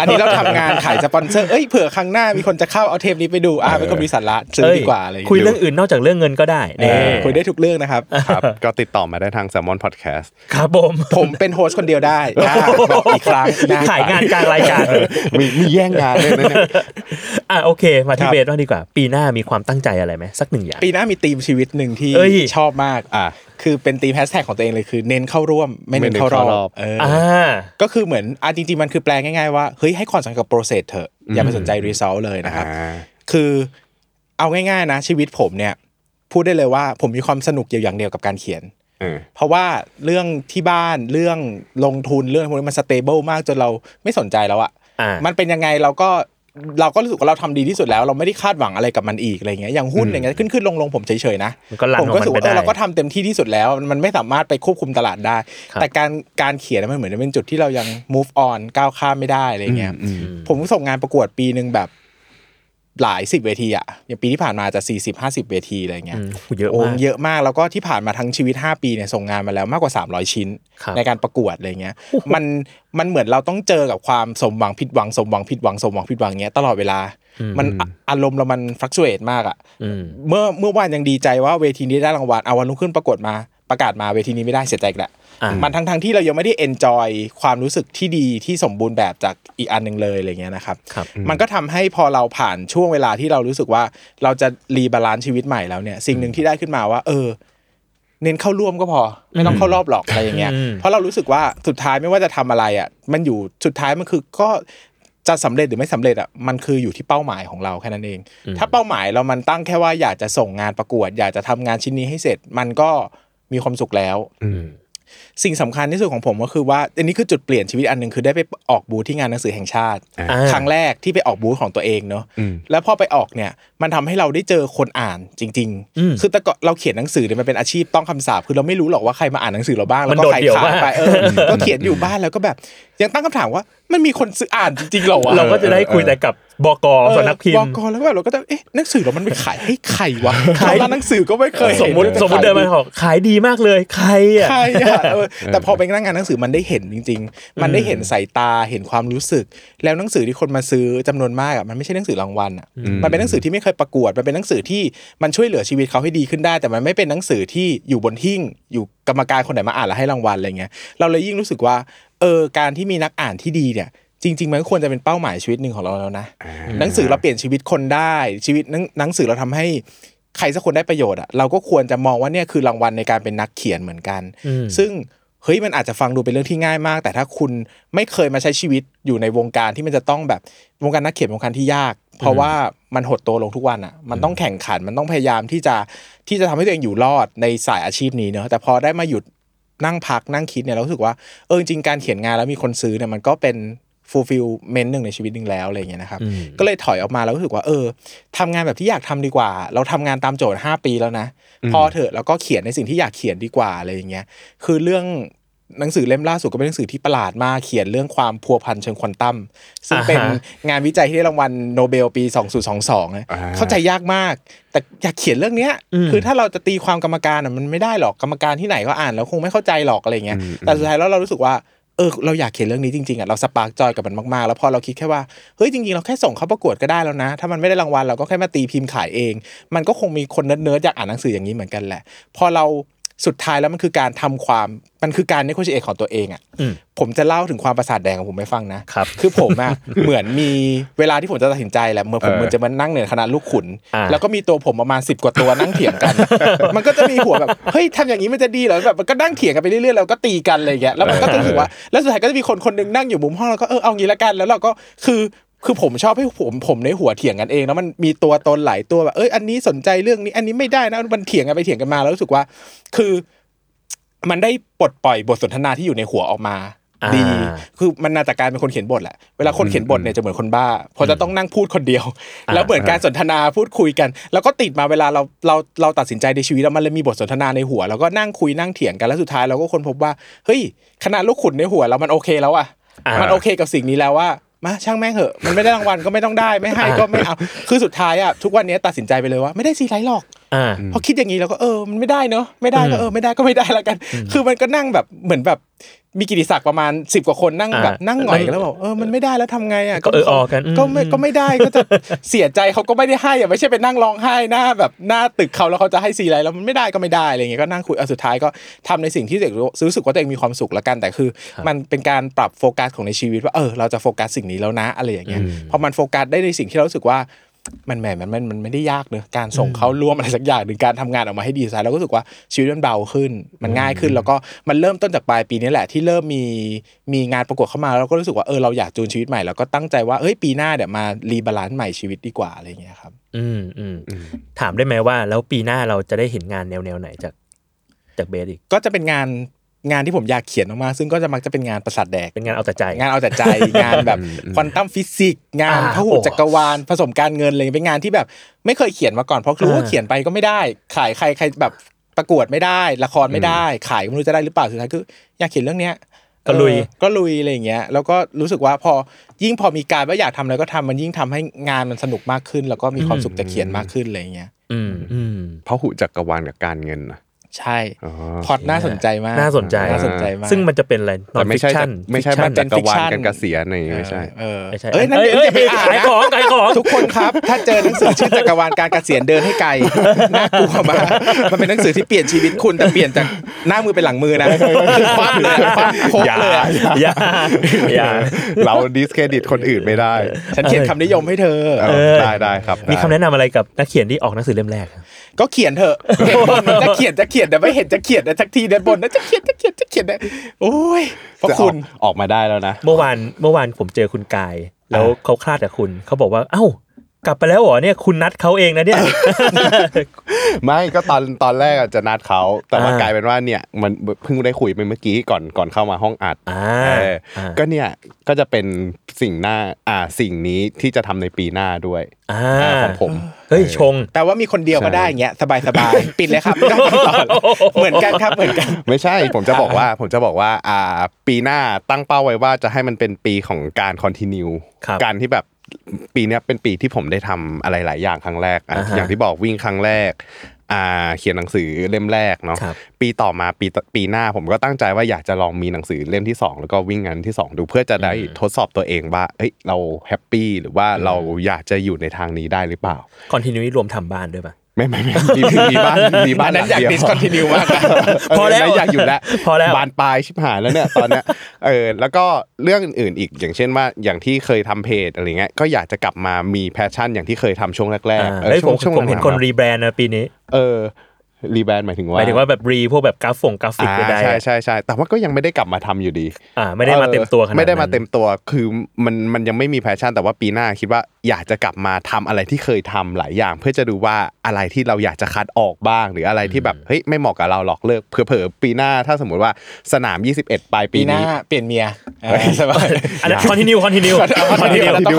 อันนี้เราทำงานขายสปอนเซอร์เอ้ยเผื่อครั้งหน้ามีคนจะเข้าเอาเทปนี้ไปดูอ่าเป็นคนมีสาระซื้อดีกว่าอะไรางงี้ คุยเรื่องอื่นนอกจากเรื่องเงินก็ได้ เอ นี่ อคุยได้ทุกเรื่องนะครับ ครับ ก็ติดต่อมาได้ทาง s ซ l m o n Podcast ครับผม ผมเป็นโฮสต์คนเดียวได้อ่ะบอกอีกครั้ง นี่ นะ ขายงานกลางรายการเลย มีมีแย่งงานเลยนะ เนี่ย อ่ะโอเค มาที่เบสบ้างดีกว่า ปีหน้ามีความตั้งใจอะไรไหมสักหนึ่งอย่าง ปีหน้ามีธีมชีวิตหนึ่งที่ เอ้ย ชอบมาก อ่ะ คือเป็นธีมแฮชแท็กของตัวเองเลยคือเน้นเข้าร่วมไม่เน้น ไม่เน้น เข้าร เข้าร อ อ บบ เอออ อ่า ก็คือเหมือนอ่ะจริงๆ มันคือแปลง่ายๆ ว่าเฮ้ยให้ความสำคัญกับโปรเซสเถอะ อย่าไปสนใจรีซอสเลยนะครับ อ่า คือเอาง่ายๆนะ ชีวิตผมเนี่ย พูดได้เลยว่าผมมีความสนุกอยู่อย่างเดียวกับการเขียน เออ เพราะว่าเรื่องที่บ้านเรื่องลงทุนเรื่องพวกนี้มันสเตเบิลมากจนเราไม่สนใจแล้วอะ อ่ามั มันเป็นยังไงเราก็เราก็รู้สึกว่าเราทำดีที่สุดแล้ว เราไม่ได้คาดหวังอะไรกับมันอีกอะไรเงี้ยอย่างหุ้นอย่างเงี้ยขึ้นขึ้นลงลงๆผมเฉยๆนะ มันก็รัน ผม ของมัก็รู้สึ น ก ไป ว่าเอ ได้ อเราก็ทำเต็มที่ที่สุดแล้วมันไม่สามารถไปควบคุมตลาดได้ ครับ แต่การการเขียนน่ะมันเหมือนจะเป็นจุดที่เรายัง move on ก้าวข้ามไม่ได้อะไรเงี้ยผมส่งงานประกวดปีหนึ่งแบบหลายสิบเวทีอะอย่างปีที่ผ่านมาจะสี่สิบห้าสิบเวทีอะไรเงี้ อืมยเยอะ โอ้ มาก เยอะมากแล้วก็ที่ผ่านมาทั้งชีวิต 5 ปีเนี่ยส่งงานมาแล้วมากกว่า 300 ชิ้น ครับ ในการประกวดอะไรเงี้ยมันมันเหมือนเราต้องเจอกับความสมหวังผิดหวังสมหวังผิดหวังสมหวังผิดหวังเงี้ยตลอดเวลา มันอะอารมณ์เรามันฟลักซ a เอตมากอ่ะ อืม เมื่อเมื่อวานยังดีใจว่าเวทีนี้ได้รางวัลเอาวันรุ่งขึ้นประกวดมาประกาศมาเวทีนี้ไม่ได้เสียใจอีกแหละ อ่ะ มันทั้งทั้งๆที่เรายังไม่ได้เอนจอยความรู้สึกที่ดีที่สมบูรณ์แบบจากอีกอันหนึ่งเลยอะไรเงี้ยนะครับ ครับ มันก็ทำให้พอเราผ่านช่วงเวลาที่เรารู้สึกว่าเราจะรีบาลานซ์ชีวิตใหม่แล้วเนี่ยสิ่งหนึ่งที่ได้ขึ้นมาว่า เออ เน้นเข้าร่วมก็พอ ไม่ต้องเข้ารอบหรอกอะไรอย่างเงี้ย อืม เพราะเรารู้สึกว่าสุดท้ายไม่ว่าจะทำอะไรอ่ะมันอยู่สุดท้ายมันคือก็จะสำเร็จหรือไม่สำเร็จอ่ะมันคืออยู่ที่เป้าหมายของเราแค่นั้นเอง ถ้าเป้าหมายเรามันตั้งแค่ว่าอยากจะส่งงานประกวด อยากจะทำงานชิ้นนี้ให้เสร็จ มันก็มีความสุขแล้ว สิ่งสำคัญที่สุดของผมก็คือว่าอันนี้คือจุดเปลี่ยนชีวิตอันหนึ่งคือได้ไปออกบูธที่งานหนังสือแห่งชาติ อ่า ครั้งแรกที่ไปออกบูธของตัวเองเนอะแล้วพอไปออกเนี่ยมันทำให้เราได้เจอคนอ่านจริง อืม ๆ คือแต่ก่อนเราเขียนหนังสือเนี่ยมันเป็นอาชีพต้องคำสาปคือเราไม่รู้หรอกว่าใครมาอ่านหนังสือเราบ้าง มั แล้ว น ก็ โดด ใคร เดี่ยว ขาย มาก ไปเออก็เขียนอยู่บ้านแล้วก็แบบ ยังตั้งคำถามว่ามันมีคนซื้ออ่านจริงๆหรอวะ เราก็จะได้คุยแต่กับบก เออ สำนักพิม บอ พ์ กก่อนแล้วว่าเราก็จะเอ๊ะหนังสือเรามันไปขายให้ใครวะ ใคร ร้านหนังสือก็ไม่เคย สมมติ ห็ลย สมมติเดินมาบอกขายดีมากเลยใครอ่ะ ใครอะเออแต่พอเป็นนักงานหนังสือมันได้เห็นจริง ๆ มันได้เห็นสายตาเห็นความรู้สึก แล้วหนังสือที่คนมาซื้อจำนวนมากอะมันไม่ใช่หนังสือรางวัลอะมันเป็นหนังสือที่ไม่เคยประกวดมันเป็นหนังสือที่มันช่วยเหลือชีวิตเขาให้ดีขึ้นได้ แต่มันไม่เป็นหนังสือที่อยู่บนหิ้งอยู่กรรมการคนไหนมาอ่านแล้วให้รางวัลอะไรเงี้ยเราเลยยิ่งรู้สึกว่าเออการที่มีนักอ่านที่ดีเนี่ย จริงๆมันก็ควรจะเป็นเป้าหมายชีวิตหนึ่งของเราแล้วนะ หนังสือเราเปลี่ยนชีวิตคนได้ชีวิตหนังหนังสือเราทำให้ใครสักคนได้ประโยชน์อ่ะเราก็ควรจะมองว่าเนี่ยคือรางวัลในการเป็นนักเขียนเหมือนกัน ซึ่งเฮ้ยมันอาจจะฟังดูเป็นเรื่องที่ง่ายมาก แต่ถ้าคุณไม่เคยมาใช้ชีวิตอยู่ในวงการที่มันจะต้องแบบวงการนักเขียนวงการที่ยาก เพราะว่ามันหดตัวลงทุกวันอ่ะมันต้องแข่งขันมันต้องพยายามที่จะที่จะทำให้ตัวเองอยู่รอดในสายอาชีพนี้เนอะแต่พอได้มาหยุด นั่งพักนั่งคิดเนี่ยเรารู้สึกว่าเออจริงๆการเขียนงานแล้วมีคนซื้อเนี่ยมันก็เป็นฟูลฟิลเมนหนึ่งในชีวิตหนึ่งแล้วอะไรอย่างเงี้ยนะครับก็เลยถอยออกมาแล้วรู้สึกว่าเออทำงานแบบที่อยากทำดีกว่า เราทำงานตามโจทย์ 5 ปีแล้วนะ พอเถอะแล้วก็เขียนในสิ่งที่อยากเขียนดีกว่าอะไรอย่างเงี้ยคือเรื่องหนังสือเล่มล่าสุดก็เป็นหนังสือที่ประหลาดมากเขียนเรื่องความพัวพันเชิงควอนตัมซึ่งเป็น อ่าฮะ งานวิจัยที่ได้รางวัลโนเบลปี 2022นะ อ่า เข้าใจยากมาก แต่อยากเขียนเรื่องเนี้ยคือถ้าเราจะตีความกรรมการอ่ะมันไม่ได้หรอกกรรมการที่ไหนก็อ่านแล้วคงไม่เข้าใจหรอกอะไรเงี้ยแต่สุดท้ายแล้วเรารู้สึกว่าเออเราอยากเขียนเรื่องนี้จริงๆอ่ะเราสปาร์กจอยกับมันมากๆ แล้วพอเราคิดแค่ว่าเฮ้ยจริงๆ เราแค่ส่งเขาประกวดก็ได้แล้วนะ ถ้ามันไม่ได้รางวัลเราก็แค่มาตีพิมพ์ขายเอง มันก็คงมีคนเนิร์ดๆอยากอ่านหนังสืออย่างนี้เหมือนกันแหละ พอเราสุดท้ายแล้วมันคือการทำความมันคือการในโคชเอกของตัวเองอ่ะผมจะเล่าถึงความประสาทแดงของผมให้ฟังนะ ครับ คือผมอะ เหมือนมีเวลาที่ผมจะตัดสินใจแหละเมื่อผม เออ เหมือนจะมานั่งเหนือคณะลูกขุน อ่า แล้วก็มีตัวผมประมาณสิบกว่าตัวนั่งเถียงกัน มันก็จะมีหัวแบบเฮ้ยทำอย่างนี้มันจะดีเหรอแบบมันก็นั่งเถียงกันไปเรื่อยๆแล้วก็ตีกันอะไรอย่างเงี้ยแล้วมันก็จะรู้สึกว่าแล้วสุดท้ายก็จะมีคนคนหนึงนั่งอยู่มุมห้องแล้วก็เออเอางี้ละกันแล้วเราก็คือคือผมชอบให้ผมผมในหัวเถียงกันเองแล้วมันมีตัวตนหลายตัวแบบเอ้ยอันนี้สนใจเรื่องนี้อันนี้ไม่ได้นะมันเถียงกันไปเถียงกันมาแล้วรู้สึกว่า คือ มันได้ปลดปล่อยบทสนทนาที่อยู่ในหัวออกมา อ่า ดี คือมันนาจากการเป็นคนเขียนบทแหละ เวลาคนเขียนบทเนี่ยจะเหมือนคนบ้าเพราะจะต้องนั่งพูดคนเดียว แล้วเหมือนการสนทนาพูดคุยกัน แล้วก็ติดมาเวลาเราเราเราตัดสินใจในชีวิตแล้วมันเลยมีบทสนทนาในหัว แล้วก็นั่งคุยนั่งเถียงกันแล้วสุดท้ายเราก็คนพบว่าเฮ้ยขนาดลูกขุนในหัวเรามันโอเคแล้วอะ อ่ามั มันโอเคกับสิ่งนี้แล้วว่ามาช่างแม่งเหอะ มันไม่ได้รางวัลก็ไม่ต้องได้ไม่ให้ก็ไม่เอา คือสุดท้ายอะทุกวันนี้ตัดสินใจไปเลยว่าไม่ได้ซีไรต์หรอก อ่า พอคิดอย่างนี้แล้วก็เออมันไม่ได้เนอะไม่ได้ก็เออไม่ได้ก็ไม่ได้ละกัน คือมันก็นั่งแบบเหมือนแบบมีกิติศักดิ์ประมาณสิบกว่าคนนั่งแบบ อ่านั่ นั่งหงอยแล้วบอกเออมันไม่ได้แล้วทำไงอ่ะ ก็เออออกกันอืม ก็ไม่ก็ไม่ได้ก็จะเสียใจเขาก็ไม่ได้ให้อ่ะไม่ใช่ไปนั่งร้องไห้หน้าแบบหน้าตึกเขาแล้วเขาจะให้ซีอะไรแล้วมันไม่ได้ก็ไม่ได้อะไรเงี้ยก็นั่งคุยเอาสุดท้ายก็ทำในสิ่งที่ตัวเด็กรู้สึกว่าตัวเองมีความสุขละกันแต่คือ มันเป็นการปรับโฟกัสของในชีวิตว่าเออเราจะโฟกัสสิ่งนี้แล้วนะอะไรอย่างเงี้ยพอมันโฟกัสได้ในสิ่งที่เรารู้สึกว่า มันแหมมันมันมันไม่ได้ยากเนอะการส่งเขาร่วมอะไรสักอย่างหรือการทำงานออกมาให้ดีไซน์เราก็รู้สึกว่าชีวิตมันเบาขึ้น มันง่ายขึ้นแล้วก็มันเริ่มต้นจากปลายปีนี้แหละที่เริ่มมีมีงานประกวดเข้ามาเราก็รู้สึกว่าเออเราอยากจูนชีวิตใหม่แล้วก็ตั้งใจว่าเอ้ยปีหน้าเดี๋ยวมารีบาลานซ์ใหม่ชีวิตดีกว่าอะไรอย่างเงี้ยครับ อืมอืมถามได้ไหมว่า แล้วปีหน้าเราจะได้เห็นงานแนวแนวๆไหนจาก จากเบสอีก ก็จะเป็นงานงานที่ผมอยากเขียนออกมาซึ่งก็จะมักจะเป็นงานประสาทแดก เป็นงานเอาแต่ใจ งานเอาแต่ใจ งานแบบควอนตัมฟิสิกส์งาน อ่า พหุจักรวาลผสมการเงินอะไรเป็นงานที่แบบไม่เคยเขียนมาก่อนเพราะรู้ว่า อ่า เขียนไปก็ไม่ได้ ขายใครใครแบบประกวดไม่ได้ ละครไม่ได้ ขายไม่รู้จะได้หรือเปล่าสุดท้ายคืออยากเขียนเรื่องเนี้ย ก็ลุย เออก็ลุยอะไรอย่างเงี้ยแล้วก็รู้สึกว่าพอยิ่งพอมีการว่าอยากทำอะไรก็ทำมันยิ่งทำให้งานมันสนุกมากขึ้น แล้วก็มีความสุขแต่เขียนมากขึ้นอะไรอย่างเงี้ย อืมอืม พหุจักรวาลกับการเงินนะ ใช่ อ๋อ พล็อดน่าสนใจมาก น่าสนใจ น่าสนใจมาก ซึ่งมันจะเป็นอะไร แต่ไม่ใช่ non-fiction ไม่ใช่ fiction บัตรจักรวาล fiction กันเกษียณอะไรอย่างงี้ไม่ใช่ เออ ไม่ใช่ เอ้ยนั่น เอ้ย เดี๋ยวอย่าไปอ่าน ขาย นะ ของขายของ ทุกคนครับ ถ้าเจอหนังสือชื่อจักรวาลการเกษียณเดินให้ไกลน่ากลัวมากมันเป็นหนังสือที่เปลี่ยนชีวิตคุณแต่เปลี่ยนจากหน้ามือเป็นหลังมือนะคว้าเลยคว้าโคกเลยอะ อย่าอย่า เราดิสเครดิตคนอื่นไม่ได้ ฉันเขียนคำนิยมให้เธอ เออได้ได้ครับ มี ได้ คำแนะนำอะไรกับนักเขียนที่ออกหนังสือเล่มแรกครับ ก็เขียนเถอะเห็นคนมันจะเขียนจะเขียนแต่ไม่เห็นจะเขียนนะทักทีเดินบนนะจะเขียนจะเขียนจะเขียนนะโอ้ยพระ จะออก คุณ ออกมาได้แล้วนะ เมื่อวานเมื่อวานผมเจอคุณกาย แล้วเขาคลาดกับคุณ เขาบอกว่า เอ้า กลับไปแล้วเหรอเนี่ยคุณนัดเขาเองนะ เนี่ย ไม่ก็ตอนตอนแรกอะจะนัดเขาแต่ว่า อ่าก ลายเป็นว่าเนี่ยมันเพิ่งได้คุยไปเมื่อกี้ก่อนก่อนเข้ามาห้องอัด อ่า เอออา ก็เนี่ยก็จะเป็นสิ่งหน้าอ่าสิ่งนี้ที่จะทำในปีหน้าด้วย อ่า อ่าของผม เฮ้ยชง แต่ว่ามีคนเดียวก็ได้อย่างเงี้ยสบายสบายๆปิดเลยครับไม่ต้องไปต่อเหมือนกันครับเหมือนกัน ไม่ใช่ผมจะบอกว่าผมจะบอกว่าอ่าปีหน้าตั้งเป้าไว้ว่าจะให้มันเป็นปีของการคอนติเนีย ครับ การที่แบบปีเนี้ยเป็นปีที่ผมได้ทำอะไรหลายอย่างครั้งแรกอ่ะอย่างที่บอกวิ่งครั้งแรกอ่าเขียนหนังสือเล่มแรกเนาะ ครับ ปีต่อมาปีต่อปีหน้าผมก็ตั้งใจว่าอยากจะลองมีหนังสือเล่มที่ 2 แล้วก็วิ่งงานที่ 2 ดูเพื่อจะได้ทดสอบตัวเองว่าเอ้ยเราแฮปปี้หรือว่าเราอยากจะอยู่ในทางนี้ได้หรือเปล่า คอนติเนียรวมทำบ้านด้วยป่ะ ไม่ไม่ไม่มีมีมีบ้านมีบ้าน อันนั้นอยาก หลังเดี discontinue มาก พอแล้ว นนั้นอยากอยู่แล้ว พอแล้ว บานปลายชิบหายแล้วเนี่ยตอนเนี้ยเออแล้วก็เรื่องอื่นๆอีกอย่างเช่นว่าอย่างที่เคยทำเพจอะไรเงี้ยก็อยากจะกลับมามีแพชชั่นอย่างที่เคยทำช่วงแรก อ่า ๆ เฮ้ย ช่ ผ ว ม งช่วง ผมเห็น ลังๆ คนรีแบรนด์นะปีนี้ เออรีแบรนด์หมายถึง ห ว่า มายถึงว่าแบบรีพวกแบบกราฟงกราฟิกใด อ่า ๆ ใช่ อะ ใช่ใช่แต่ว่าก็ยังไม่ได้กลับมาทำอยู่ดี อ่า ไม่ได้มาเต็มตัวขนาด ออไม่ได้มา นั้น เต็มตัวคือมันมันยังไม่มีแพชชั่น แต่ว่าปีหน้าคิดว่าอยากจะกลับมาทำอะไรที่เคยทำหลายอย่าง เพื่อจะดูว่าอะไรที่เราอยากจะคัดออกบ้าง หรืออะไรที่แบบเฮ้ยไม่เหมาะกับเราหรอกเลิกเผลอๆปีหน้าถ้าสมมุติว่าสนาม 21 ปลายปี ปีหน้า นี้ เปลี่ยนเมียเออสบาย อันนั้นคอนติเนียคอนติเนี ย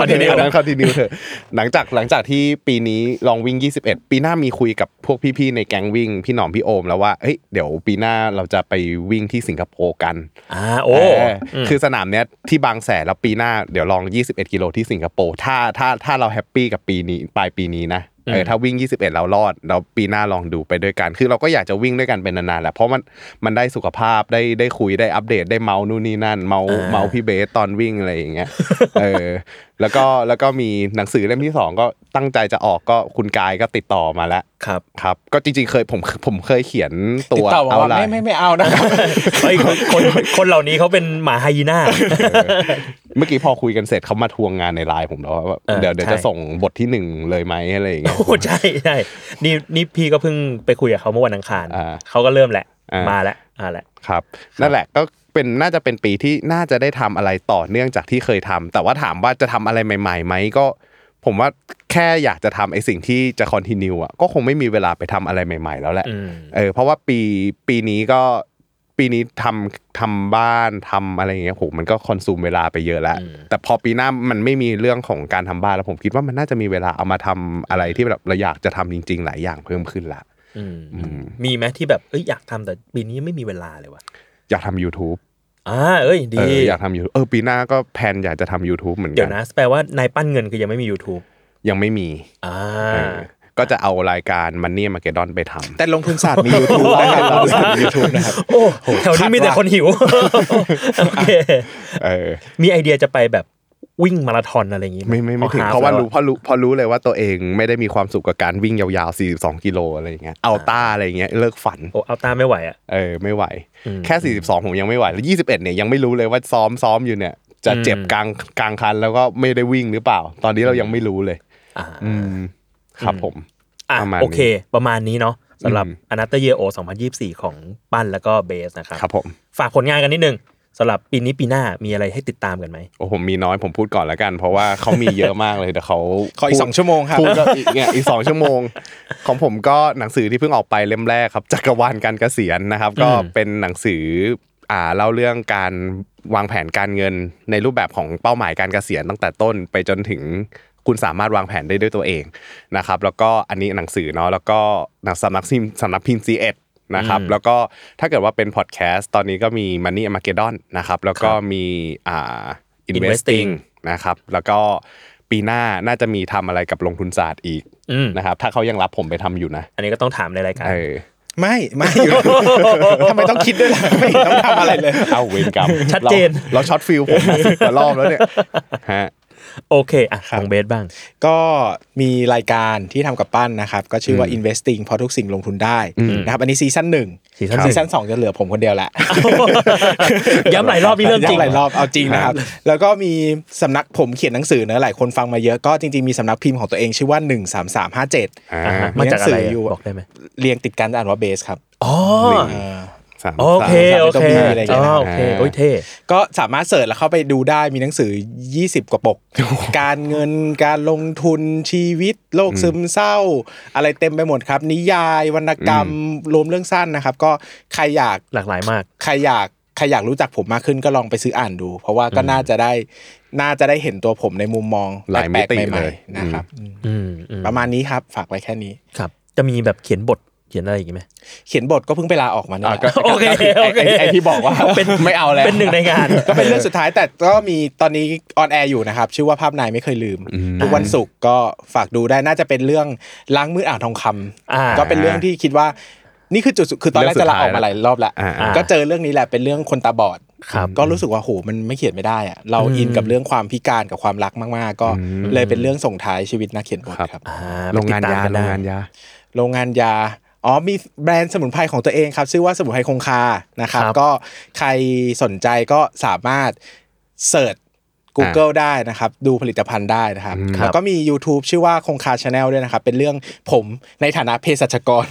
คอนติเนีย ต้อง continue ต้องคอนติเนียเถอะหลังจากหลังจากที่ปีนี้ลองวิ่ง 21 ปีหน้ามีคุยกับพวกพี่ๆในแก๊งวิ่งพี่หนอมพี่โอมแล้วว่าเฮ้ยเดี๋ยวปีหน้าเราจะไปวิ่งที่สิงคโปร์กัน อ่าโอ้ เอออคือสนามเนี้ยที่บางแสนแล้วปีหน้าเดี๋ยวลอง 21 กิโลที่สิงคโปร์ถ้าถ้าถ้าเราแฮปปี้กับปีนี้ปลายปีนี้นะเออถ้าวิ่ง 21 แล้วรอดแล้วปีหน้าลองดูไปด้วยกัน คือเราก็อยากจะวิ่งด้วยกันเป็นนานๆแหละเพราะมันมันได้สุขภาพได้ได้คุยได้อัปเดตได้เมาส์นู่นนี่นั่น เมาส์เมาส์พี่เบสตอนวิ่งอะไรอย่างเงี้ยเอ อแล้วก็แล้วก็มีหนังสือเล่มที่สองก็ตั้งใจจะออกก็คุณกายก็ติดต่อมาแล้ว ครับ ครับ ก็จริงๆเคยผมผมเคยเขียนตั ติด ว ต่อมาว่า ะ ไม่ไม่ไม่เอานะครับ เฮ้ยคนคนคนเหล่านี้เขาเป็นหมาไฮยี น่า เมื่อกี้พอคุยกันเสร็จเขามาทวงงานในไลน์ผมแล้วว่า เออ เดี๋ยวเดี๋ยวจะ ใช่ ส่งบทที่หนึ่งเลยไหมอะไรอย่างเงี้ย โอ้ใช่ใช่นี่นี่พี่ก็เพิ่งไปคุยกับเขาเมื่อวันอังคาร อ่า เขาก็เริ่มแหละ อ่าม มาแล้วมาแล้ว ครับนั่นแหละก็เป็นน่าจะเป็นปีที่น่าจะได้ทำอะไรต่อเนื่องจากที่เคยทำแต่ว่าถามว่าจะทำอะไรใหม่ๆไหมก็ ผมว่าแค่อยากจะทำไอ้สิ่งที่จะคอนติเนียอ่ะก็คงไม่มีเวลาไปทำอะไรใหม่ ๆ แล้วแหละ อืม เออเพราะว่าปีปีนี้ก็ปีนี้ทำทำบ้านทำอะไรอย่างเงี้ยโหมันก็คอนซูมเวลาไปเยอะแล้ว แต่พอปีหน้ามันไม่มีเรื่องของการทำบ้านแล้วผมคิดว่ามันน่าจะมีเวลาเอามาทำอะไรที่แบบเราอยากจะทำจริง ๆ หลายอย่างเพิ่มขึ้นละ อืมมีไหมที่แบบเอ้ยอยากทำแต่ปีนี้ไม่มีเวลาเลยว่ะ อยากทำ YouTube อ่าเอ้ยดี เอออยากทำยูทูบเออปีหน้าก็แพลนอยากจะทำ YouTube เหมือน เดี๋ กั ยวนะแปลว่านายปั้นเงินคือยังไม่มี YouTube ยังไม่มี อ่า เออ ก็จะเอารายการมันนี่มาเกดอนไปทำ แต่ลงทุนศาส ตร์มี YouTube นะครับลงทุนศาสตร์มี YouTube นะครับ โอ้แถวนี้มีแต่คนหิว โอเค เออ มีไอเดียจะไปแบบวิ่งมาราธอนอะไรอย่างงี้ห ไม่ไม่ไม่ถึง อ half เพราะว่ารู้ แล้ เพราะรู้เพราะรู้เลยว่าตัวเองไม่ได้มีความสุขกับการวิ่งยาวๆ 42 กิโลอะไรอย่างเงี้ยเอาต้าอะไรอย่างเงี้ยเลิกฝัน โอ้เอาตามไม่ไหวอ่ะ เออไม่ไหว อืม แค่ 42 ผมยังไม่ไหว แล้ว 21 เนี่ยยังไม่รู้เลยว่าซ้อมซ้อมอยู่เนี่ย จะเจ็บ อืม กลางกลางคันแล้วก็ไม่ได้วิ่งหรือเปล่า ตอนนี้เรายังไม่รู้เลย อ่า อืมครับผม อ่ะ ประมาณนี้ โอเค ประมาณนี้เนาะสำหรับ อืม อนาเตเยโอ2024 ของปั้นแล้วก็เบสนะครับ ครับผม ฝากผลงานกันนิดนึงสำหรับปีนี้ปีหน้ามีอะไรให้ติดตามกันไหม โอ้ผมมีน้อยผมพูดก่อนละกัน เพราะว่าเขามีเยอะมากเลยแต่เขา ขออีกสองชั่วโมงครับ พูดก็อีกเนี่ยอีกสองชั่วโมง ของผมก็หนังสือที่เพิ่งออกไปเล่มแรกครับ จักรวาลการเกษียณนะครับ ก็ อืม เป็นหนังสืออ่าเล่าเรื่องการวางแผนการเงินในรูปแบบของเป้าหมายการเกษียณตั้งแต่ต้นไปจนถึงคุณสามารถวางแผนได้ด้วยตัวเองนะครับแล้วก็อันนี้หนังสือเนาะแล้วก็หนังสำนักพิมพ์สำนักพิมพ์ C1 นะครับแล้วก็ถ้าเกิดว่าเป็นพอดแคสต์ตอนนี้ก็มี Money a r m a g e d o n นะครับแล้วก็มีอ่า Investing Investing นะครับแล้วก็ปีหน้าน่าจะมีทำอะไรกับลงทุนศาสตร์อีก อืม นะครับถ้าเขายังรับผมไปทำอยู่นะ อันนี้ก็ต้องถามในรายการ เออ ไม่ไม่อยู่แล้ว ทำไมต้องคิดด้วยล่ะไม่เห็นต้องทำอะไรเลย เอาเวรกรรม ชัดเจน เราช็อตฟิลผมมาสิบกว่ารอบแล้วเนี่ยฮะ โอเคอ่ะของเบส บ้าง ก็มีรายการที่ทำกับปั้นนะครับ ก็ชื่อว่า investing เพราะทุกสิ่งลงทุนได้นะครับ อันนี้ซีซั่นหนึ่ง ซีซั่นหนึ่ง ซีซั่นสองจะเหลือผมคนเดียวแหละ ย้ำหลายรอบนี่เรื่องจริง ย้ำหลายรอบเอา จริงนะครับ แล้วก็มีสำนักผมเขียนหนังสือนะหลายคนฟังมาเยอะก็จริงๆมีสำนักพิมพ์ของตัวเองชื่อว่า 13357 อ่า อ่าฮะมาจากอะไรอ่ะ หนังสืออยู่ บอกได้ไหม เรียงติดกันจะอ่านว่าเบสครับ อ๋อ เออ สาม โอเค สาม โอเค สามสิบกว่าปีอะไรอย่างเงี้ อ๋อย นะ โอเคโอ้ยเท่ ก็สามารถเสิร์ชแล้วเข้าไปดูได้มีหนังสือ 20 กว่าปก การเงินการลงทุนชีวิตโรคซึมเศร้า อะไรเต็มไปหมดครับ นิยายวรรณกรรมรวมเรื่องสั้นนะครับ ก็ใครอยาก หลากหลายมาก ใครอยากใครอยากรู้จักผมมากขึ้นก็ลองไปซื้ออ่านดู เพราะว่าก็น่าจะได้น่าจะได้เห็นตัวผมในมุมมอง หลาย แปกๆ มิติ ให เลย ๆนะครับ อืมอืม ประมาณนี้ครับ ฝากไว้แค่นี้ ครับ จะมีแบบเขียนบทเขียนอะไรอีกไหม เขียนบทก็เพิ่งไปลาออกมาเนี่ยแหอ่ะละ ก็ โอเคโอเค ไไไอที่บอกว่า เป็น ไม่เอาแล้ว เป็นหนึ่งในงาน ก็เป็นเรื่องสุดท้ายแต่ก็มีตอนนี้ออนแอร์อยู่นะครับ ชื่อว่าภาพนายไม่เคยลืม ทุกวันศุกร์ก็ฝากดูได้น่าจะเป็นเรื่องล้างมืออ่างทองคำ อ่า ก็เป็นเรื่องที่คิดว่า นี่คือจุดสุดคือตอนแรกจะลาออกมาหลายรอบแล้ว อ่า ก็เจอเรื่องนี้แหละเป็นเรื่องคนตาบอด ครับ ก็รู้สึกว่าโหมันไม่เขียนไม่ได้อะเราอินกับเรื่องความพิการกับความรักมาก ๆ ก็เลยเป็นเรื่องส่งท้ายชีวิตนักเขียนบทครับ อ่า โรงงานยา ไปติดตมกั โร ได้ งงานยา โรงงานยาอ๋อมีแบรนด์สมุนไพรของตัวเองครับ ชื่อว่าสมุนไพรคงคานะครับ ครับ ก็ใครสนใจก็สามารถเสิร์ช Google ได้นะครับ ดูผลิตภัณฑ์ได้นะครับ ครับ แล้วก็มี YouTube ชื่อว่าคงคาชาแนลด้วยนะครับ เป็นเรื่องผมในฐานะเภสัชกร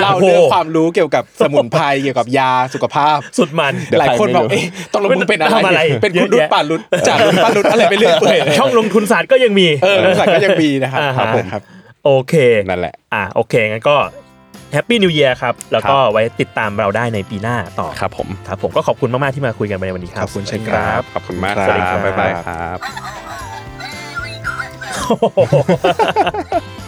เล่าเรื่องความรู้เกี่ยวกับสมุนไพรเกี่ยวกับยาสุขภาพ สุดมัน หลายคนบอก เดี๋ยวใครไม่รู้ เอ๊ะตกลงมึงเป็นอะไร ทำอะไร เป็นคุณ เย รุ่ อะ น แยะ ป่ารุ่นจากรุ่นป่ารุ่นอะไรไปเรื่อยเปื่อยเลย ช่องลงทุนศาสตร์ก็ยังมี เออรุ่นสัตว์ก็ยังมีนะครับ อ่าฮะ ครับผมครับ โอเค นั่นแหละ อ่ะโอเค งั้นก็แฮปปี้นิว e ย r ครับ แล้วก็ไว้ติดตามเราได้ในปีหน้าต่อ ครับผม ครับผมก็ขอบคุณมาก ๆ ที่มาคุยกันในวันนี้ครับ ขอบคุณเช่นกัน รับ ขอบคุณมาก ครับ บ๊ายบายครับ โอ้โห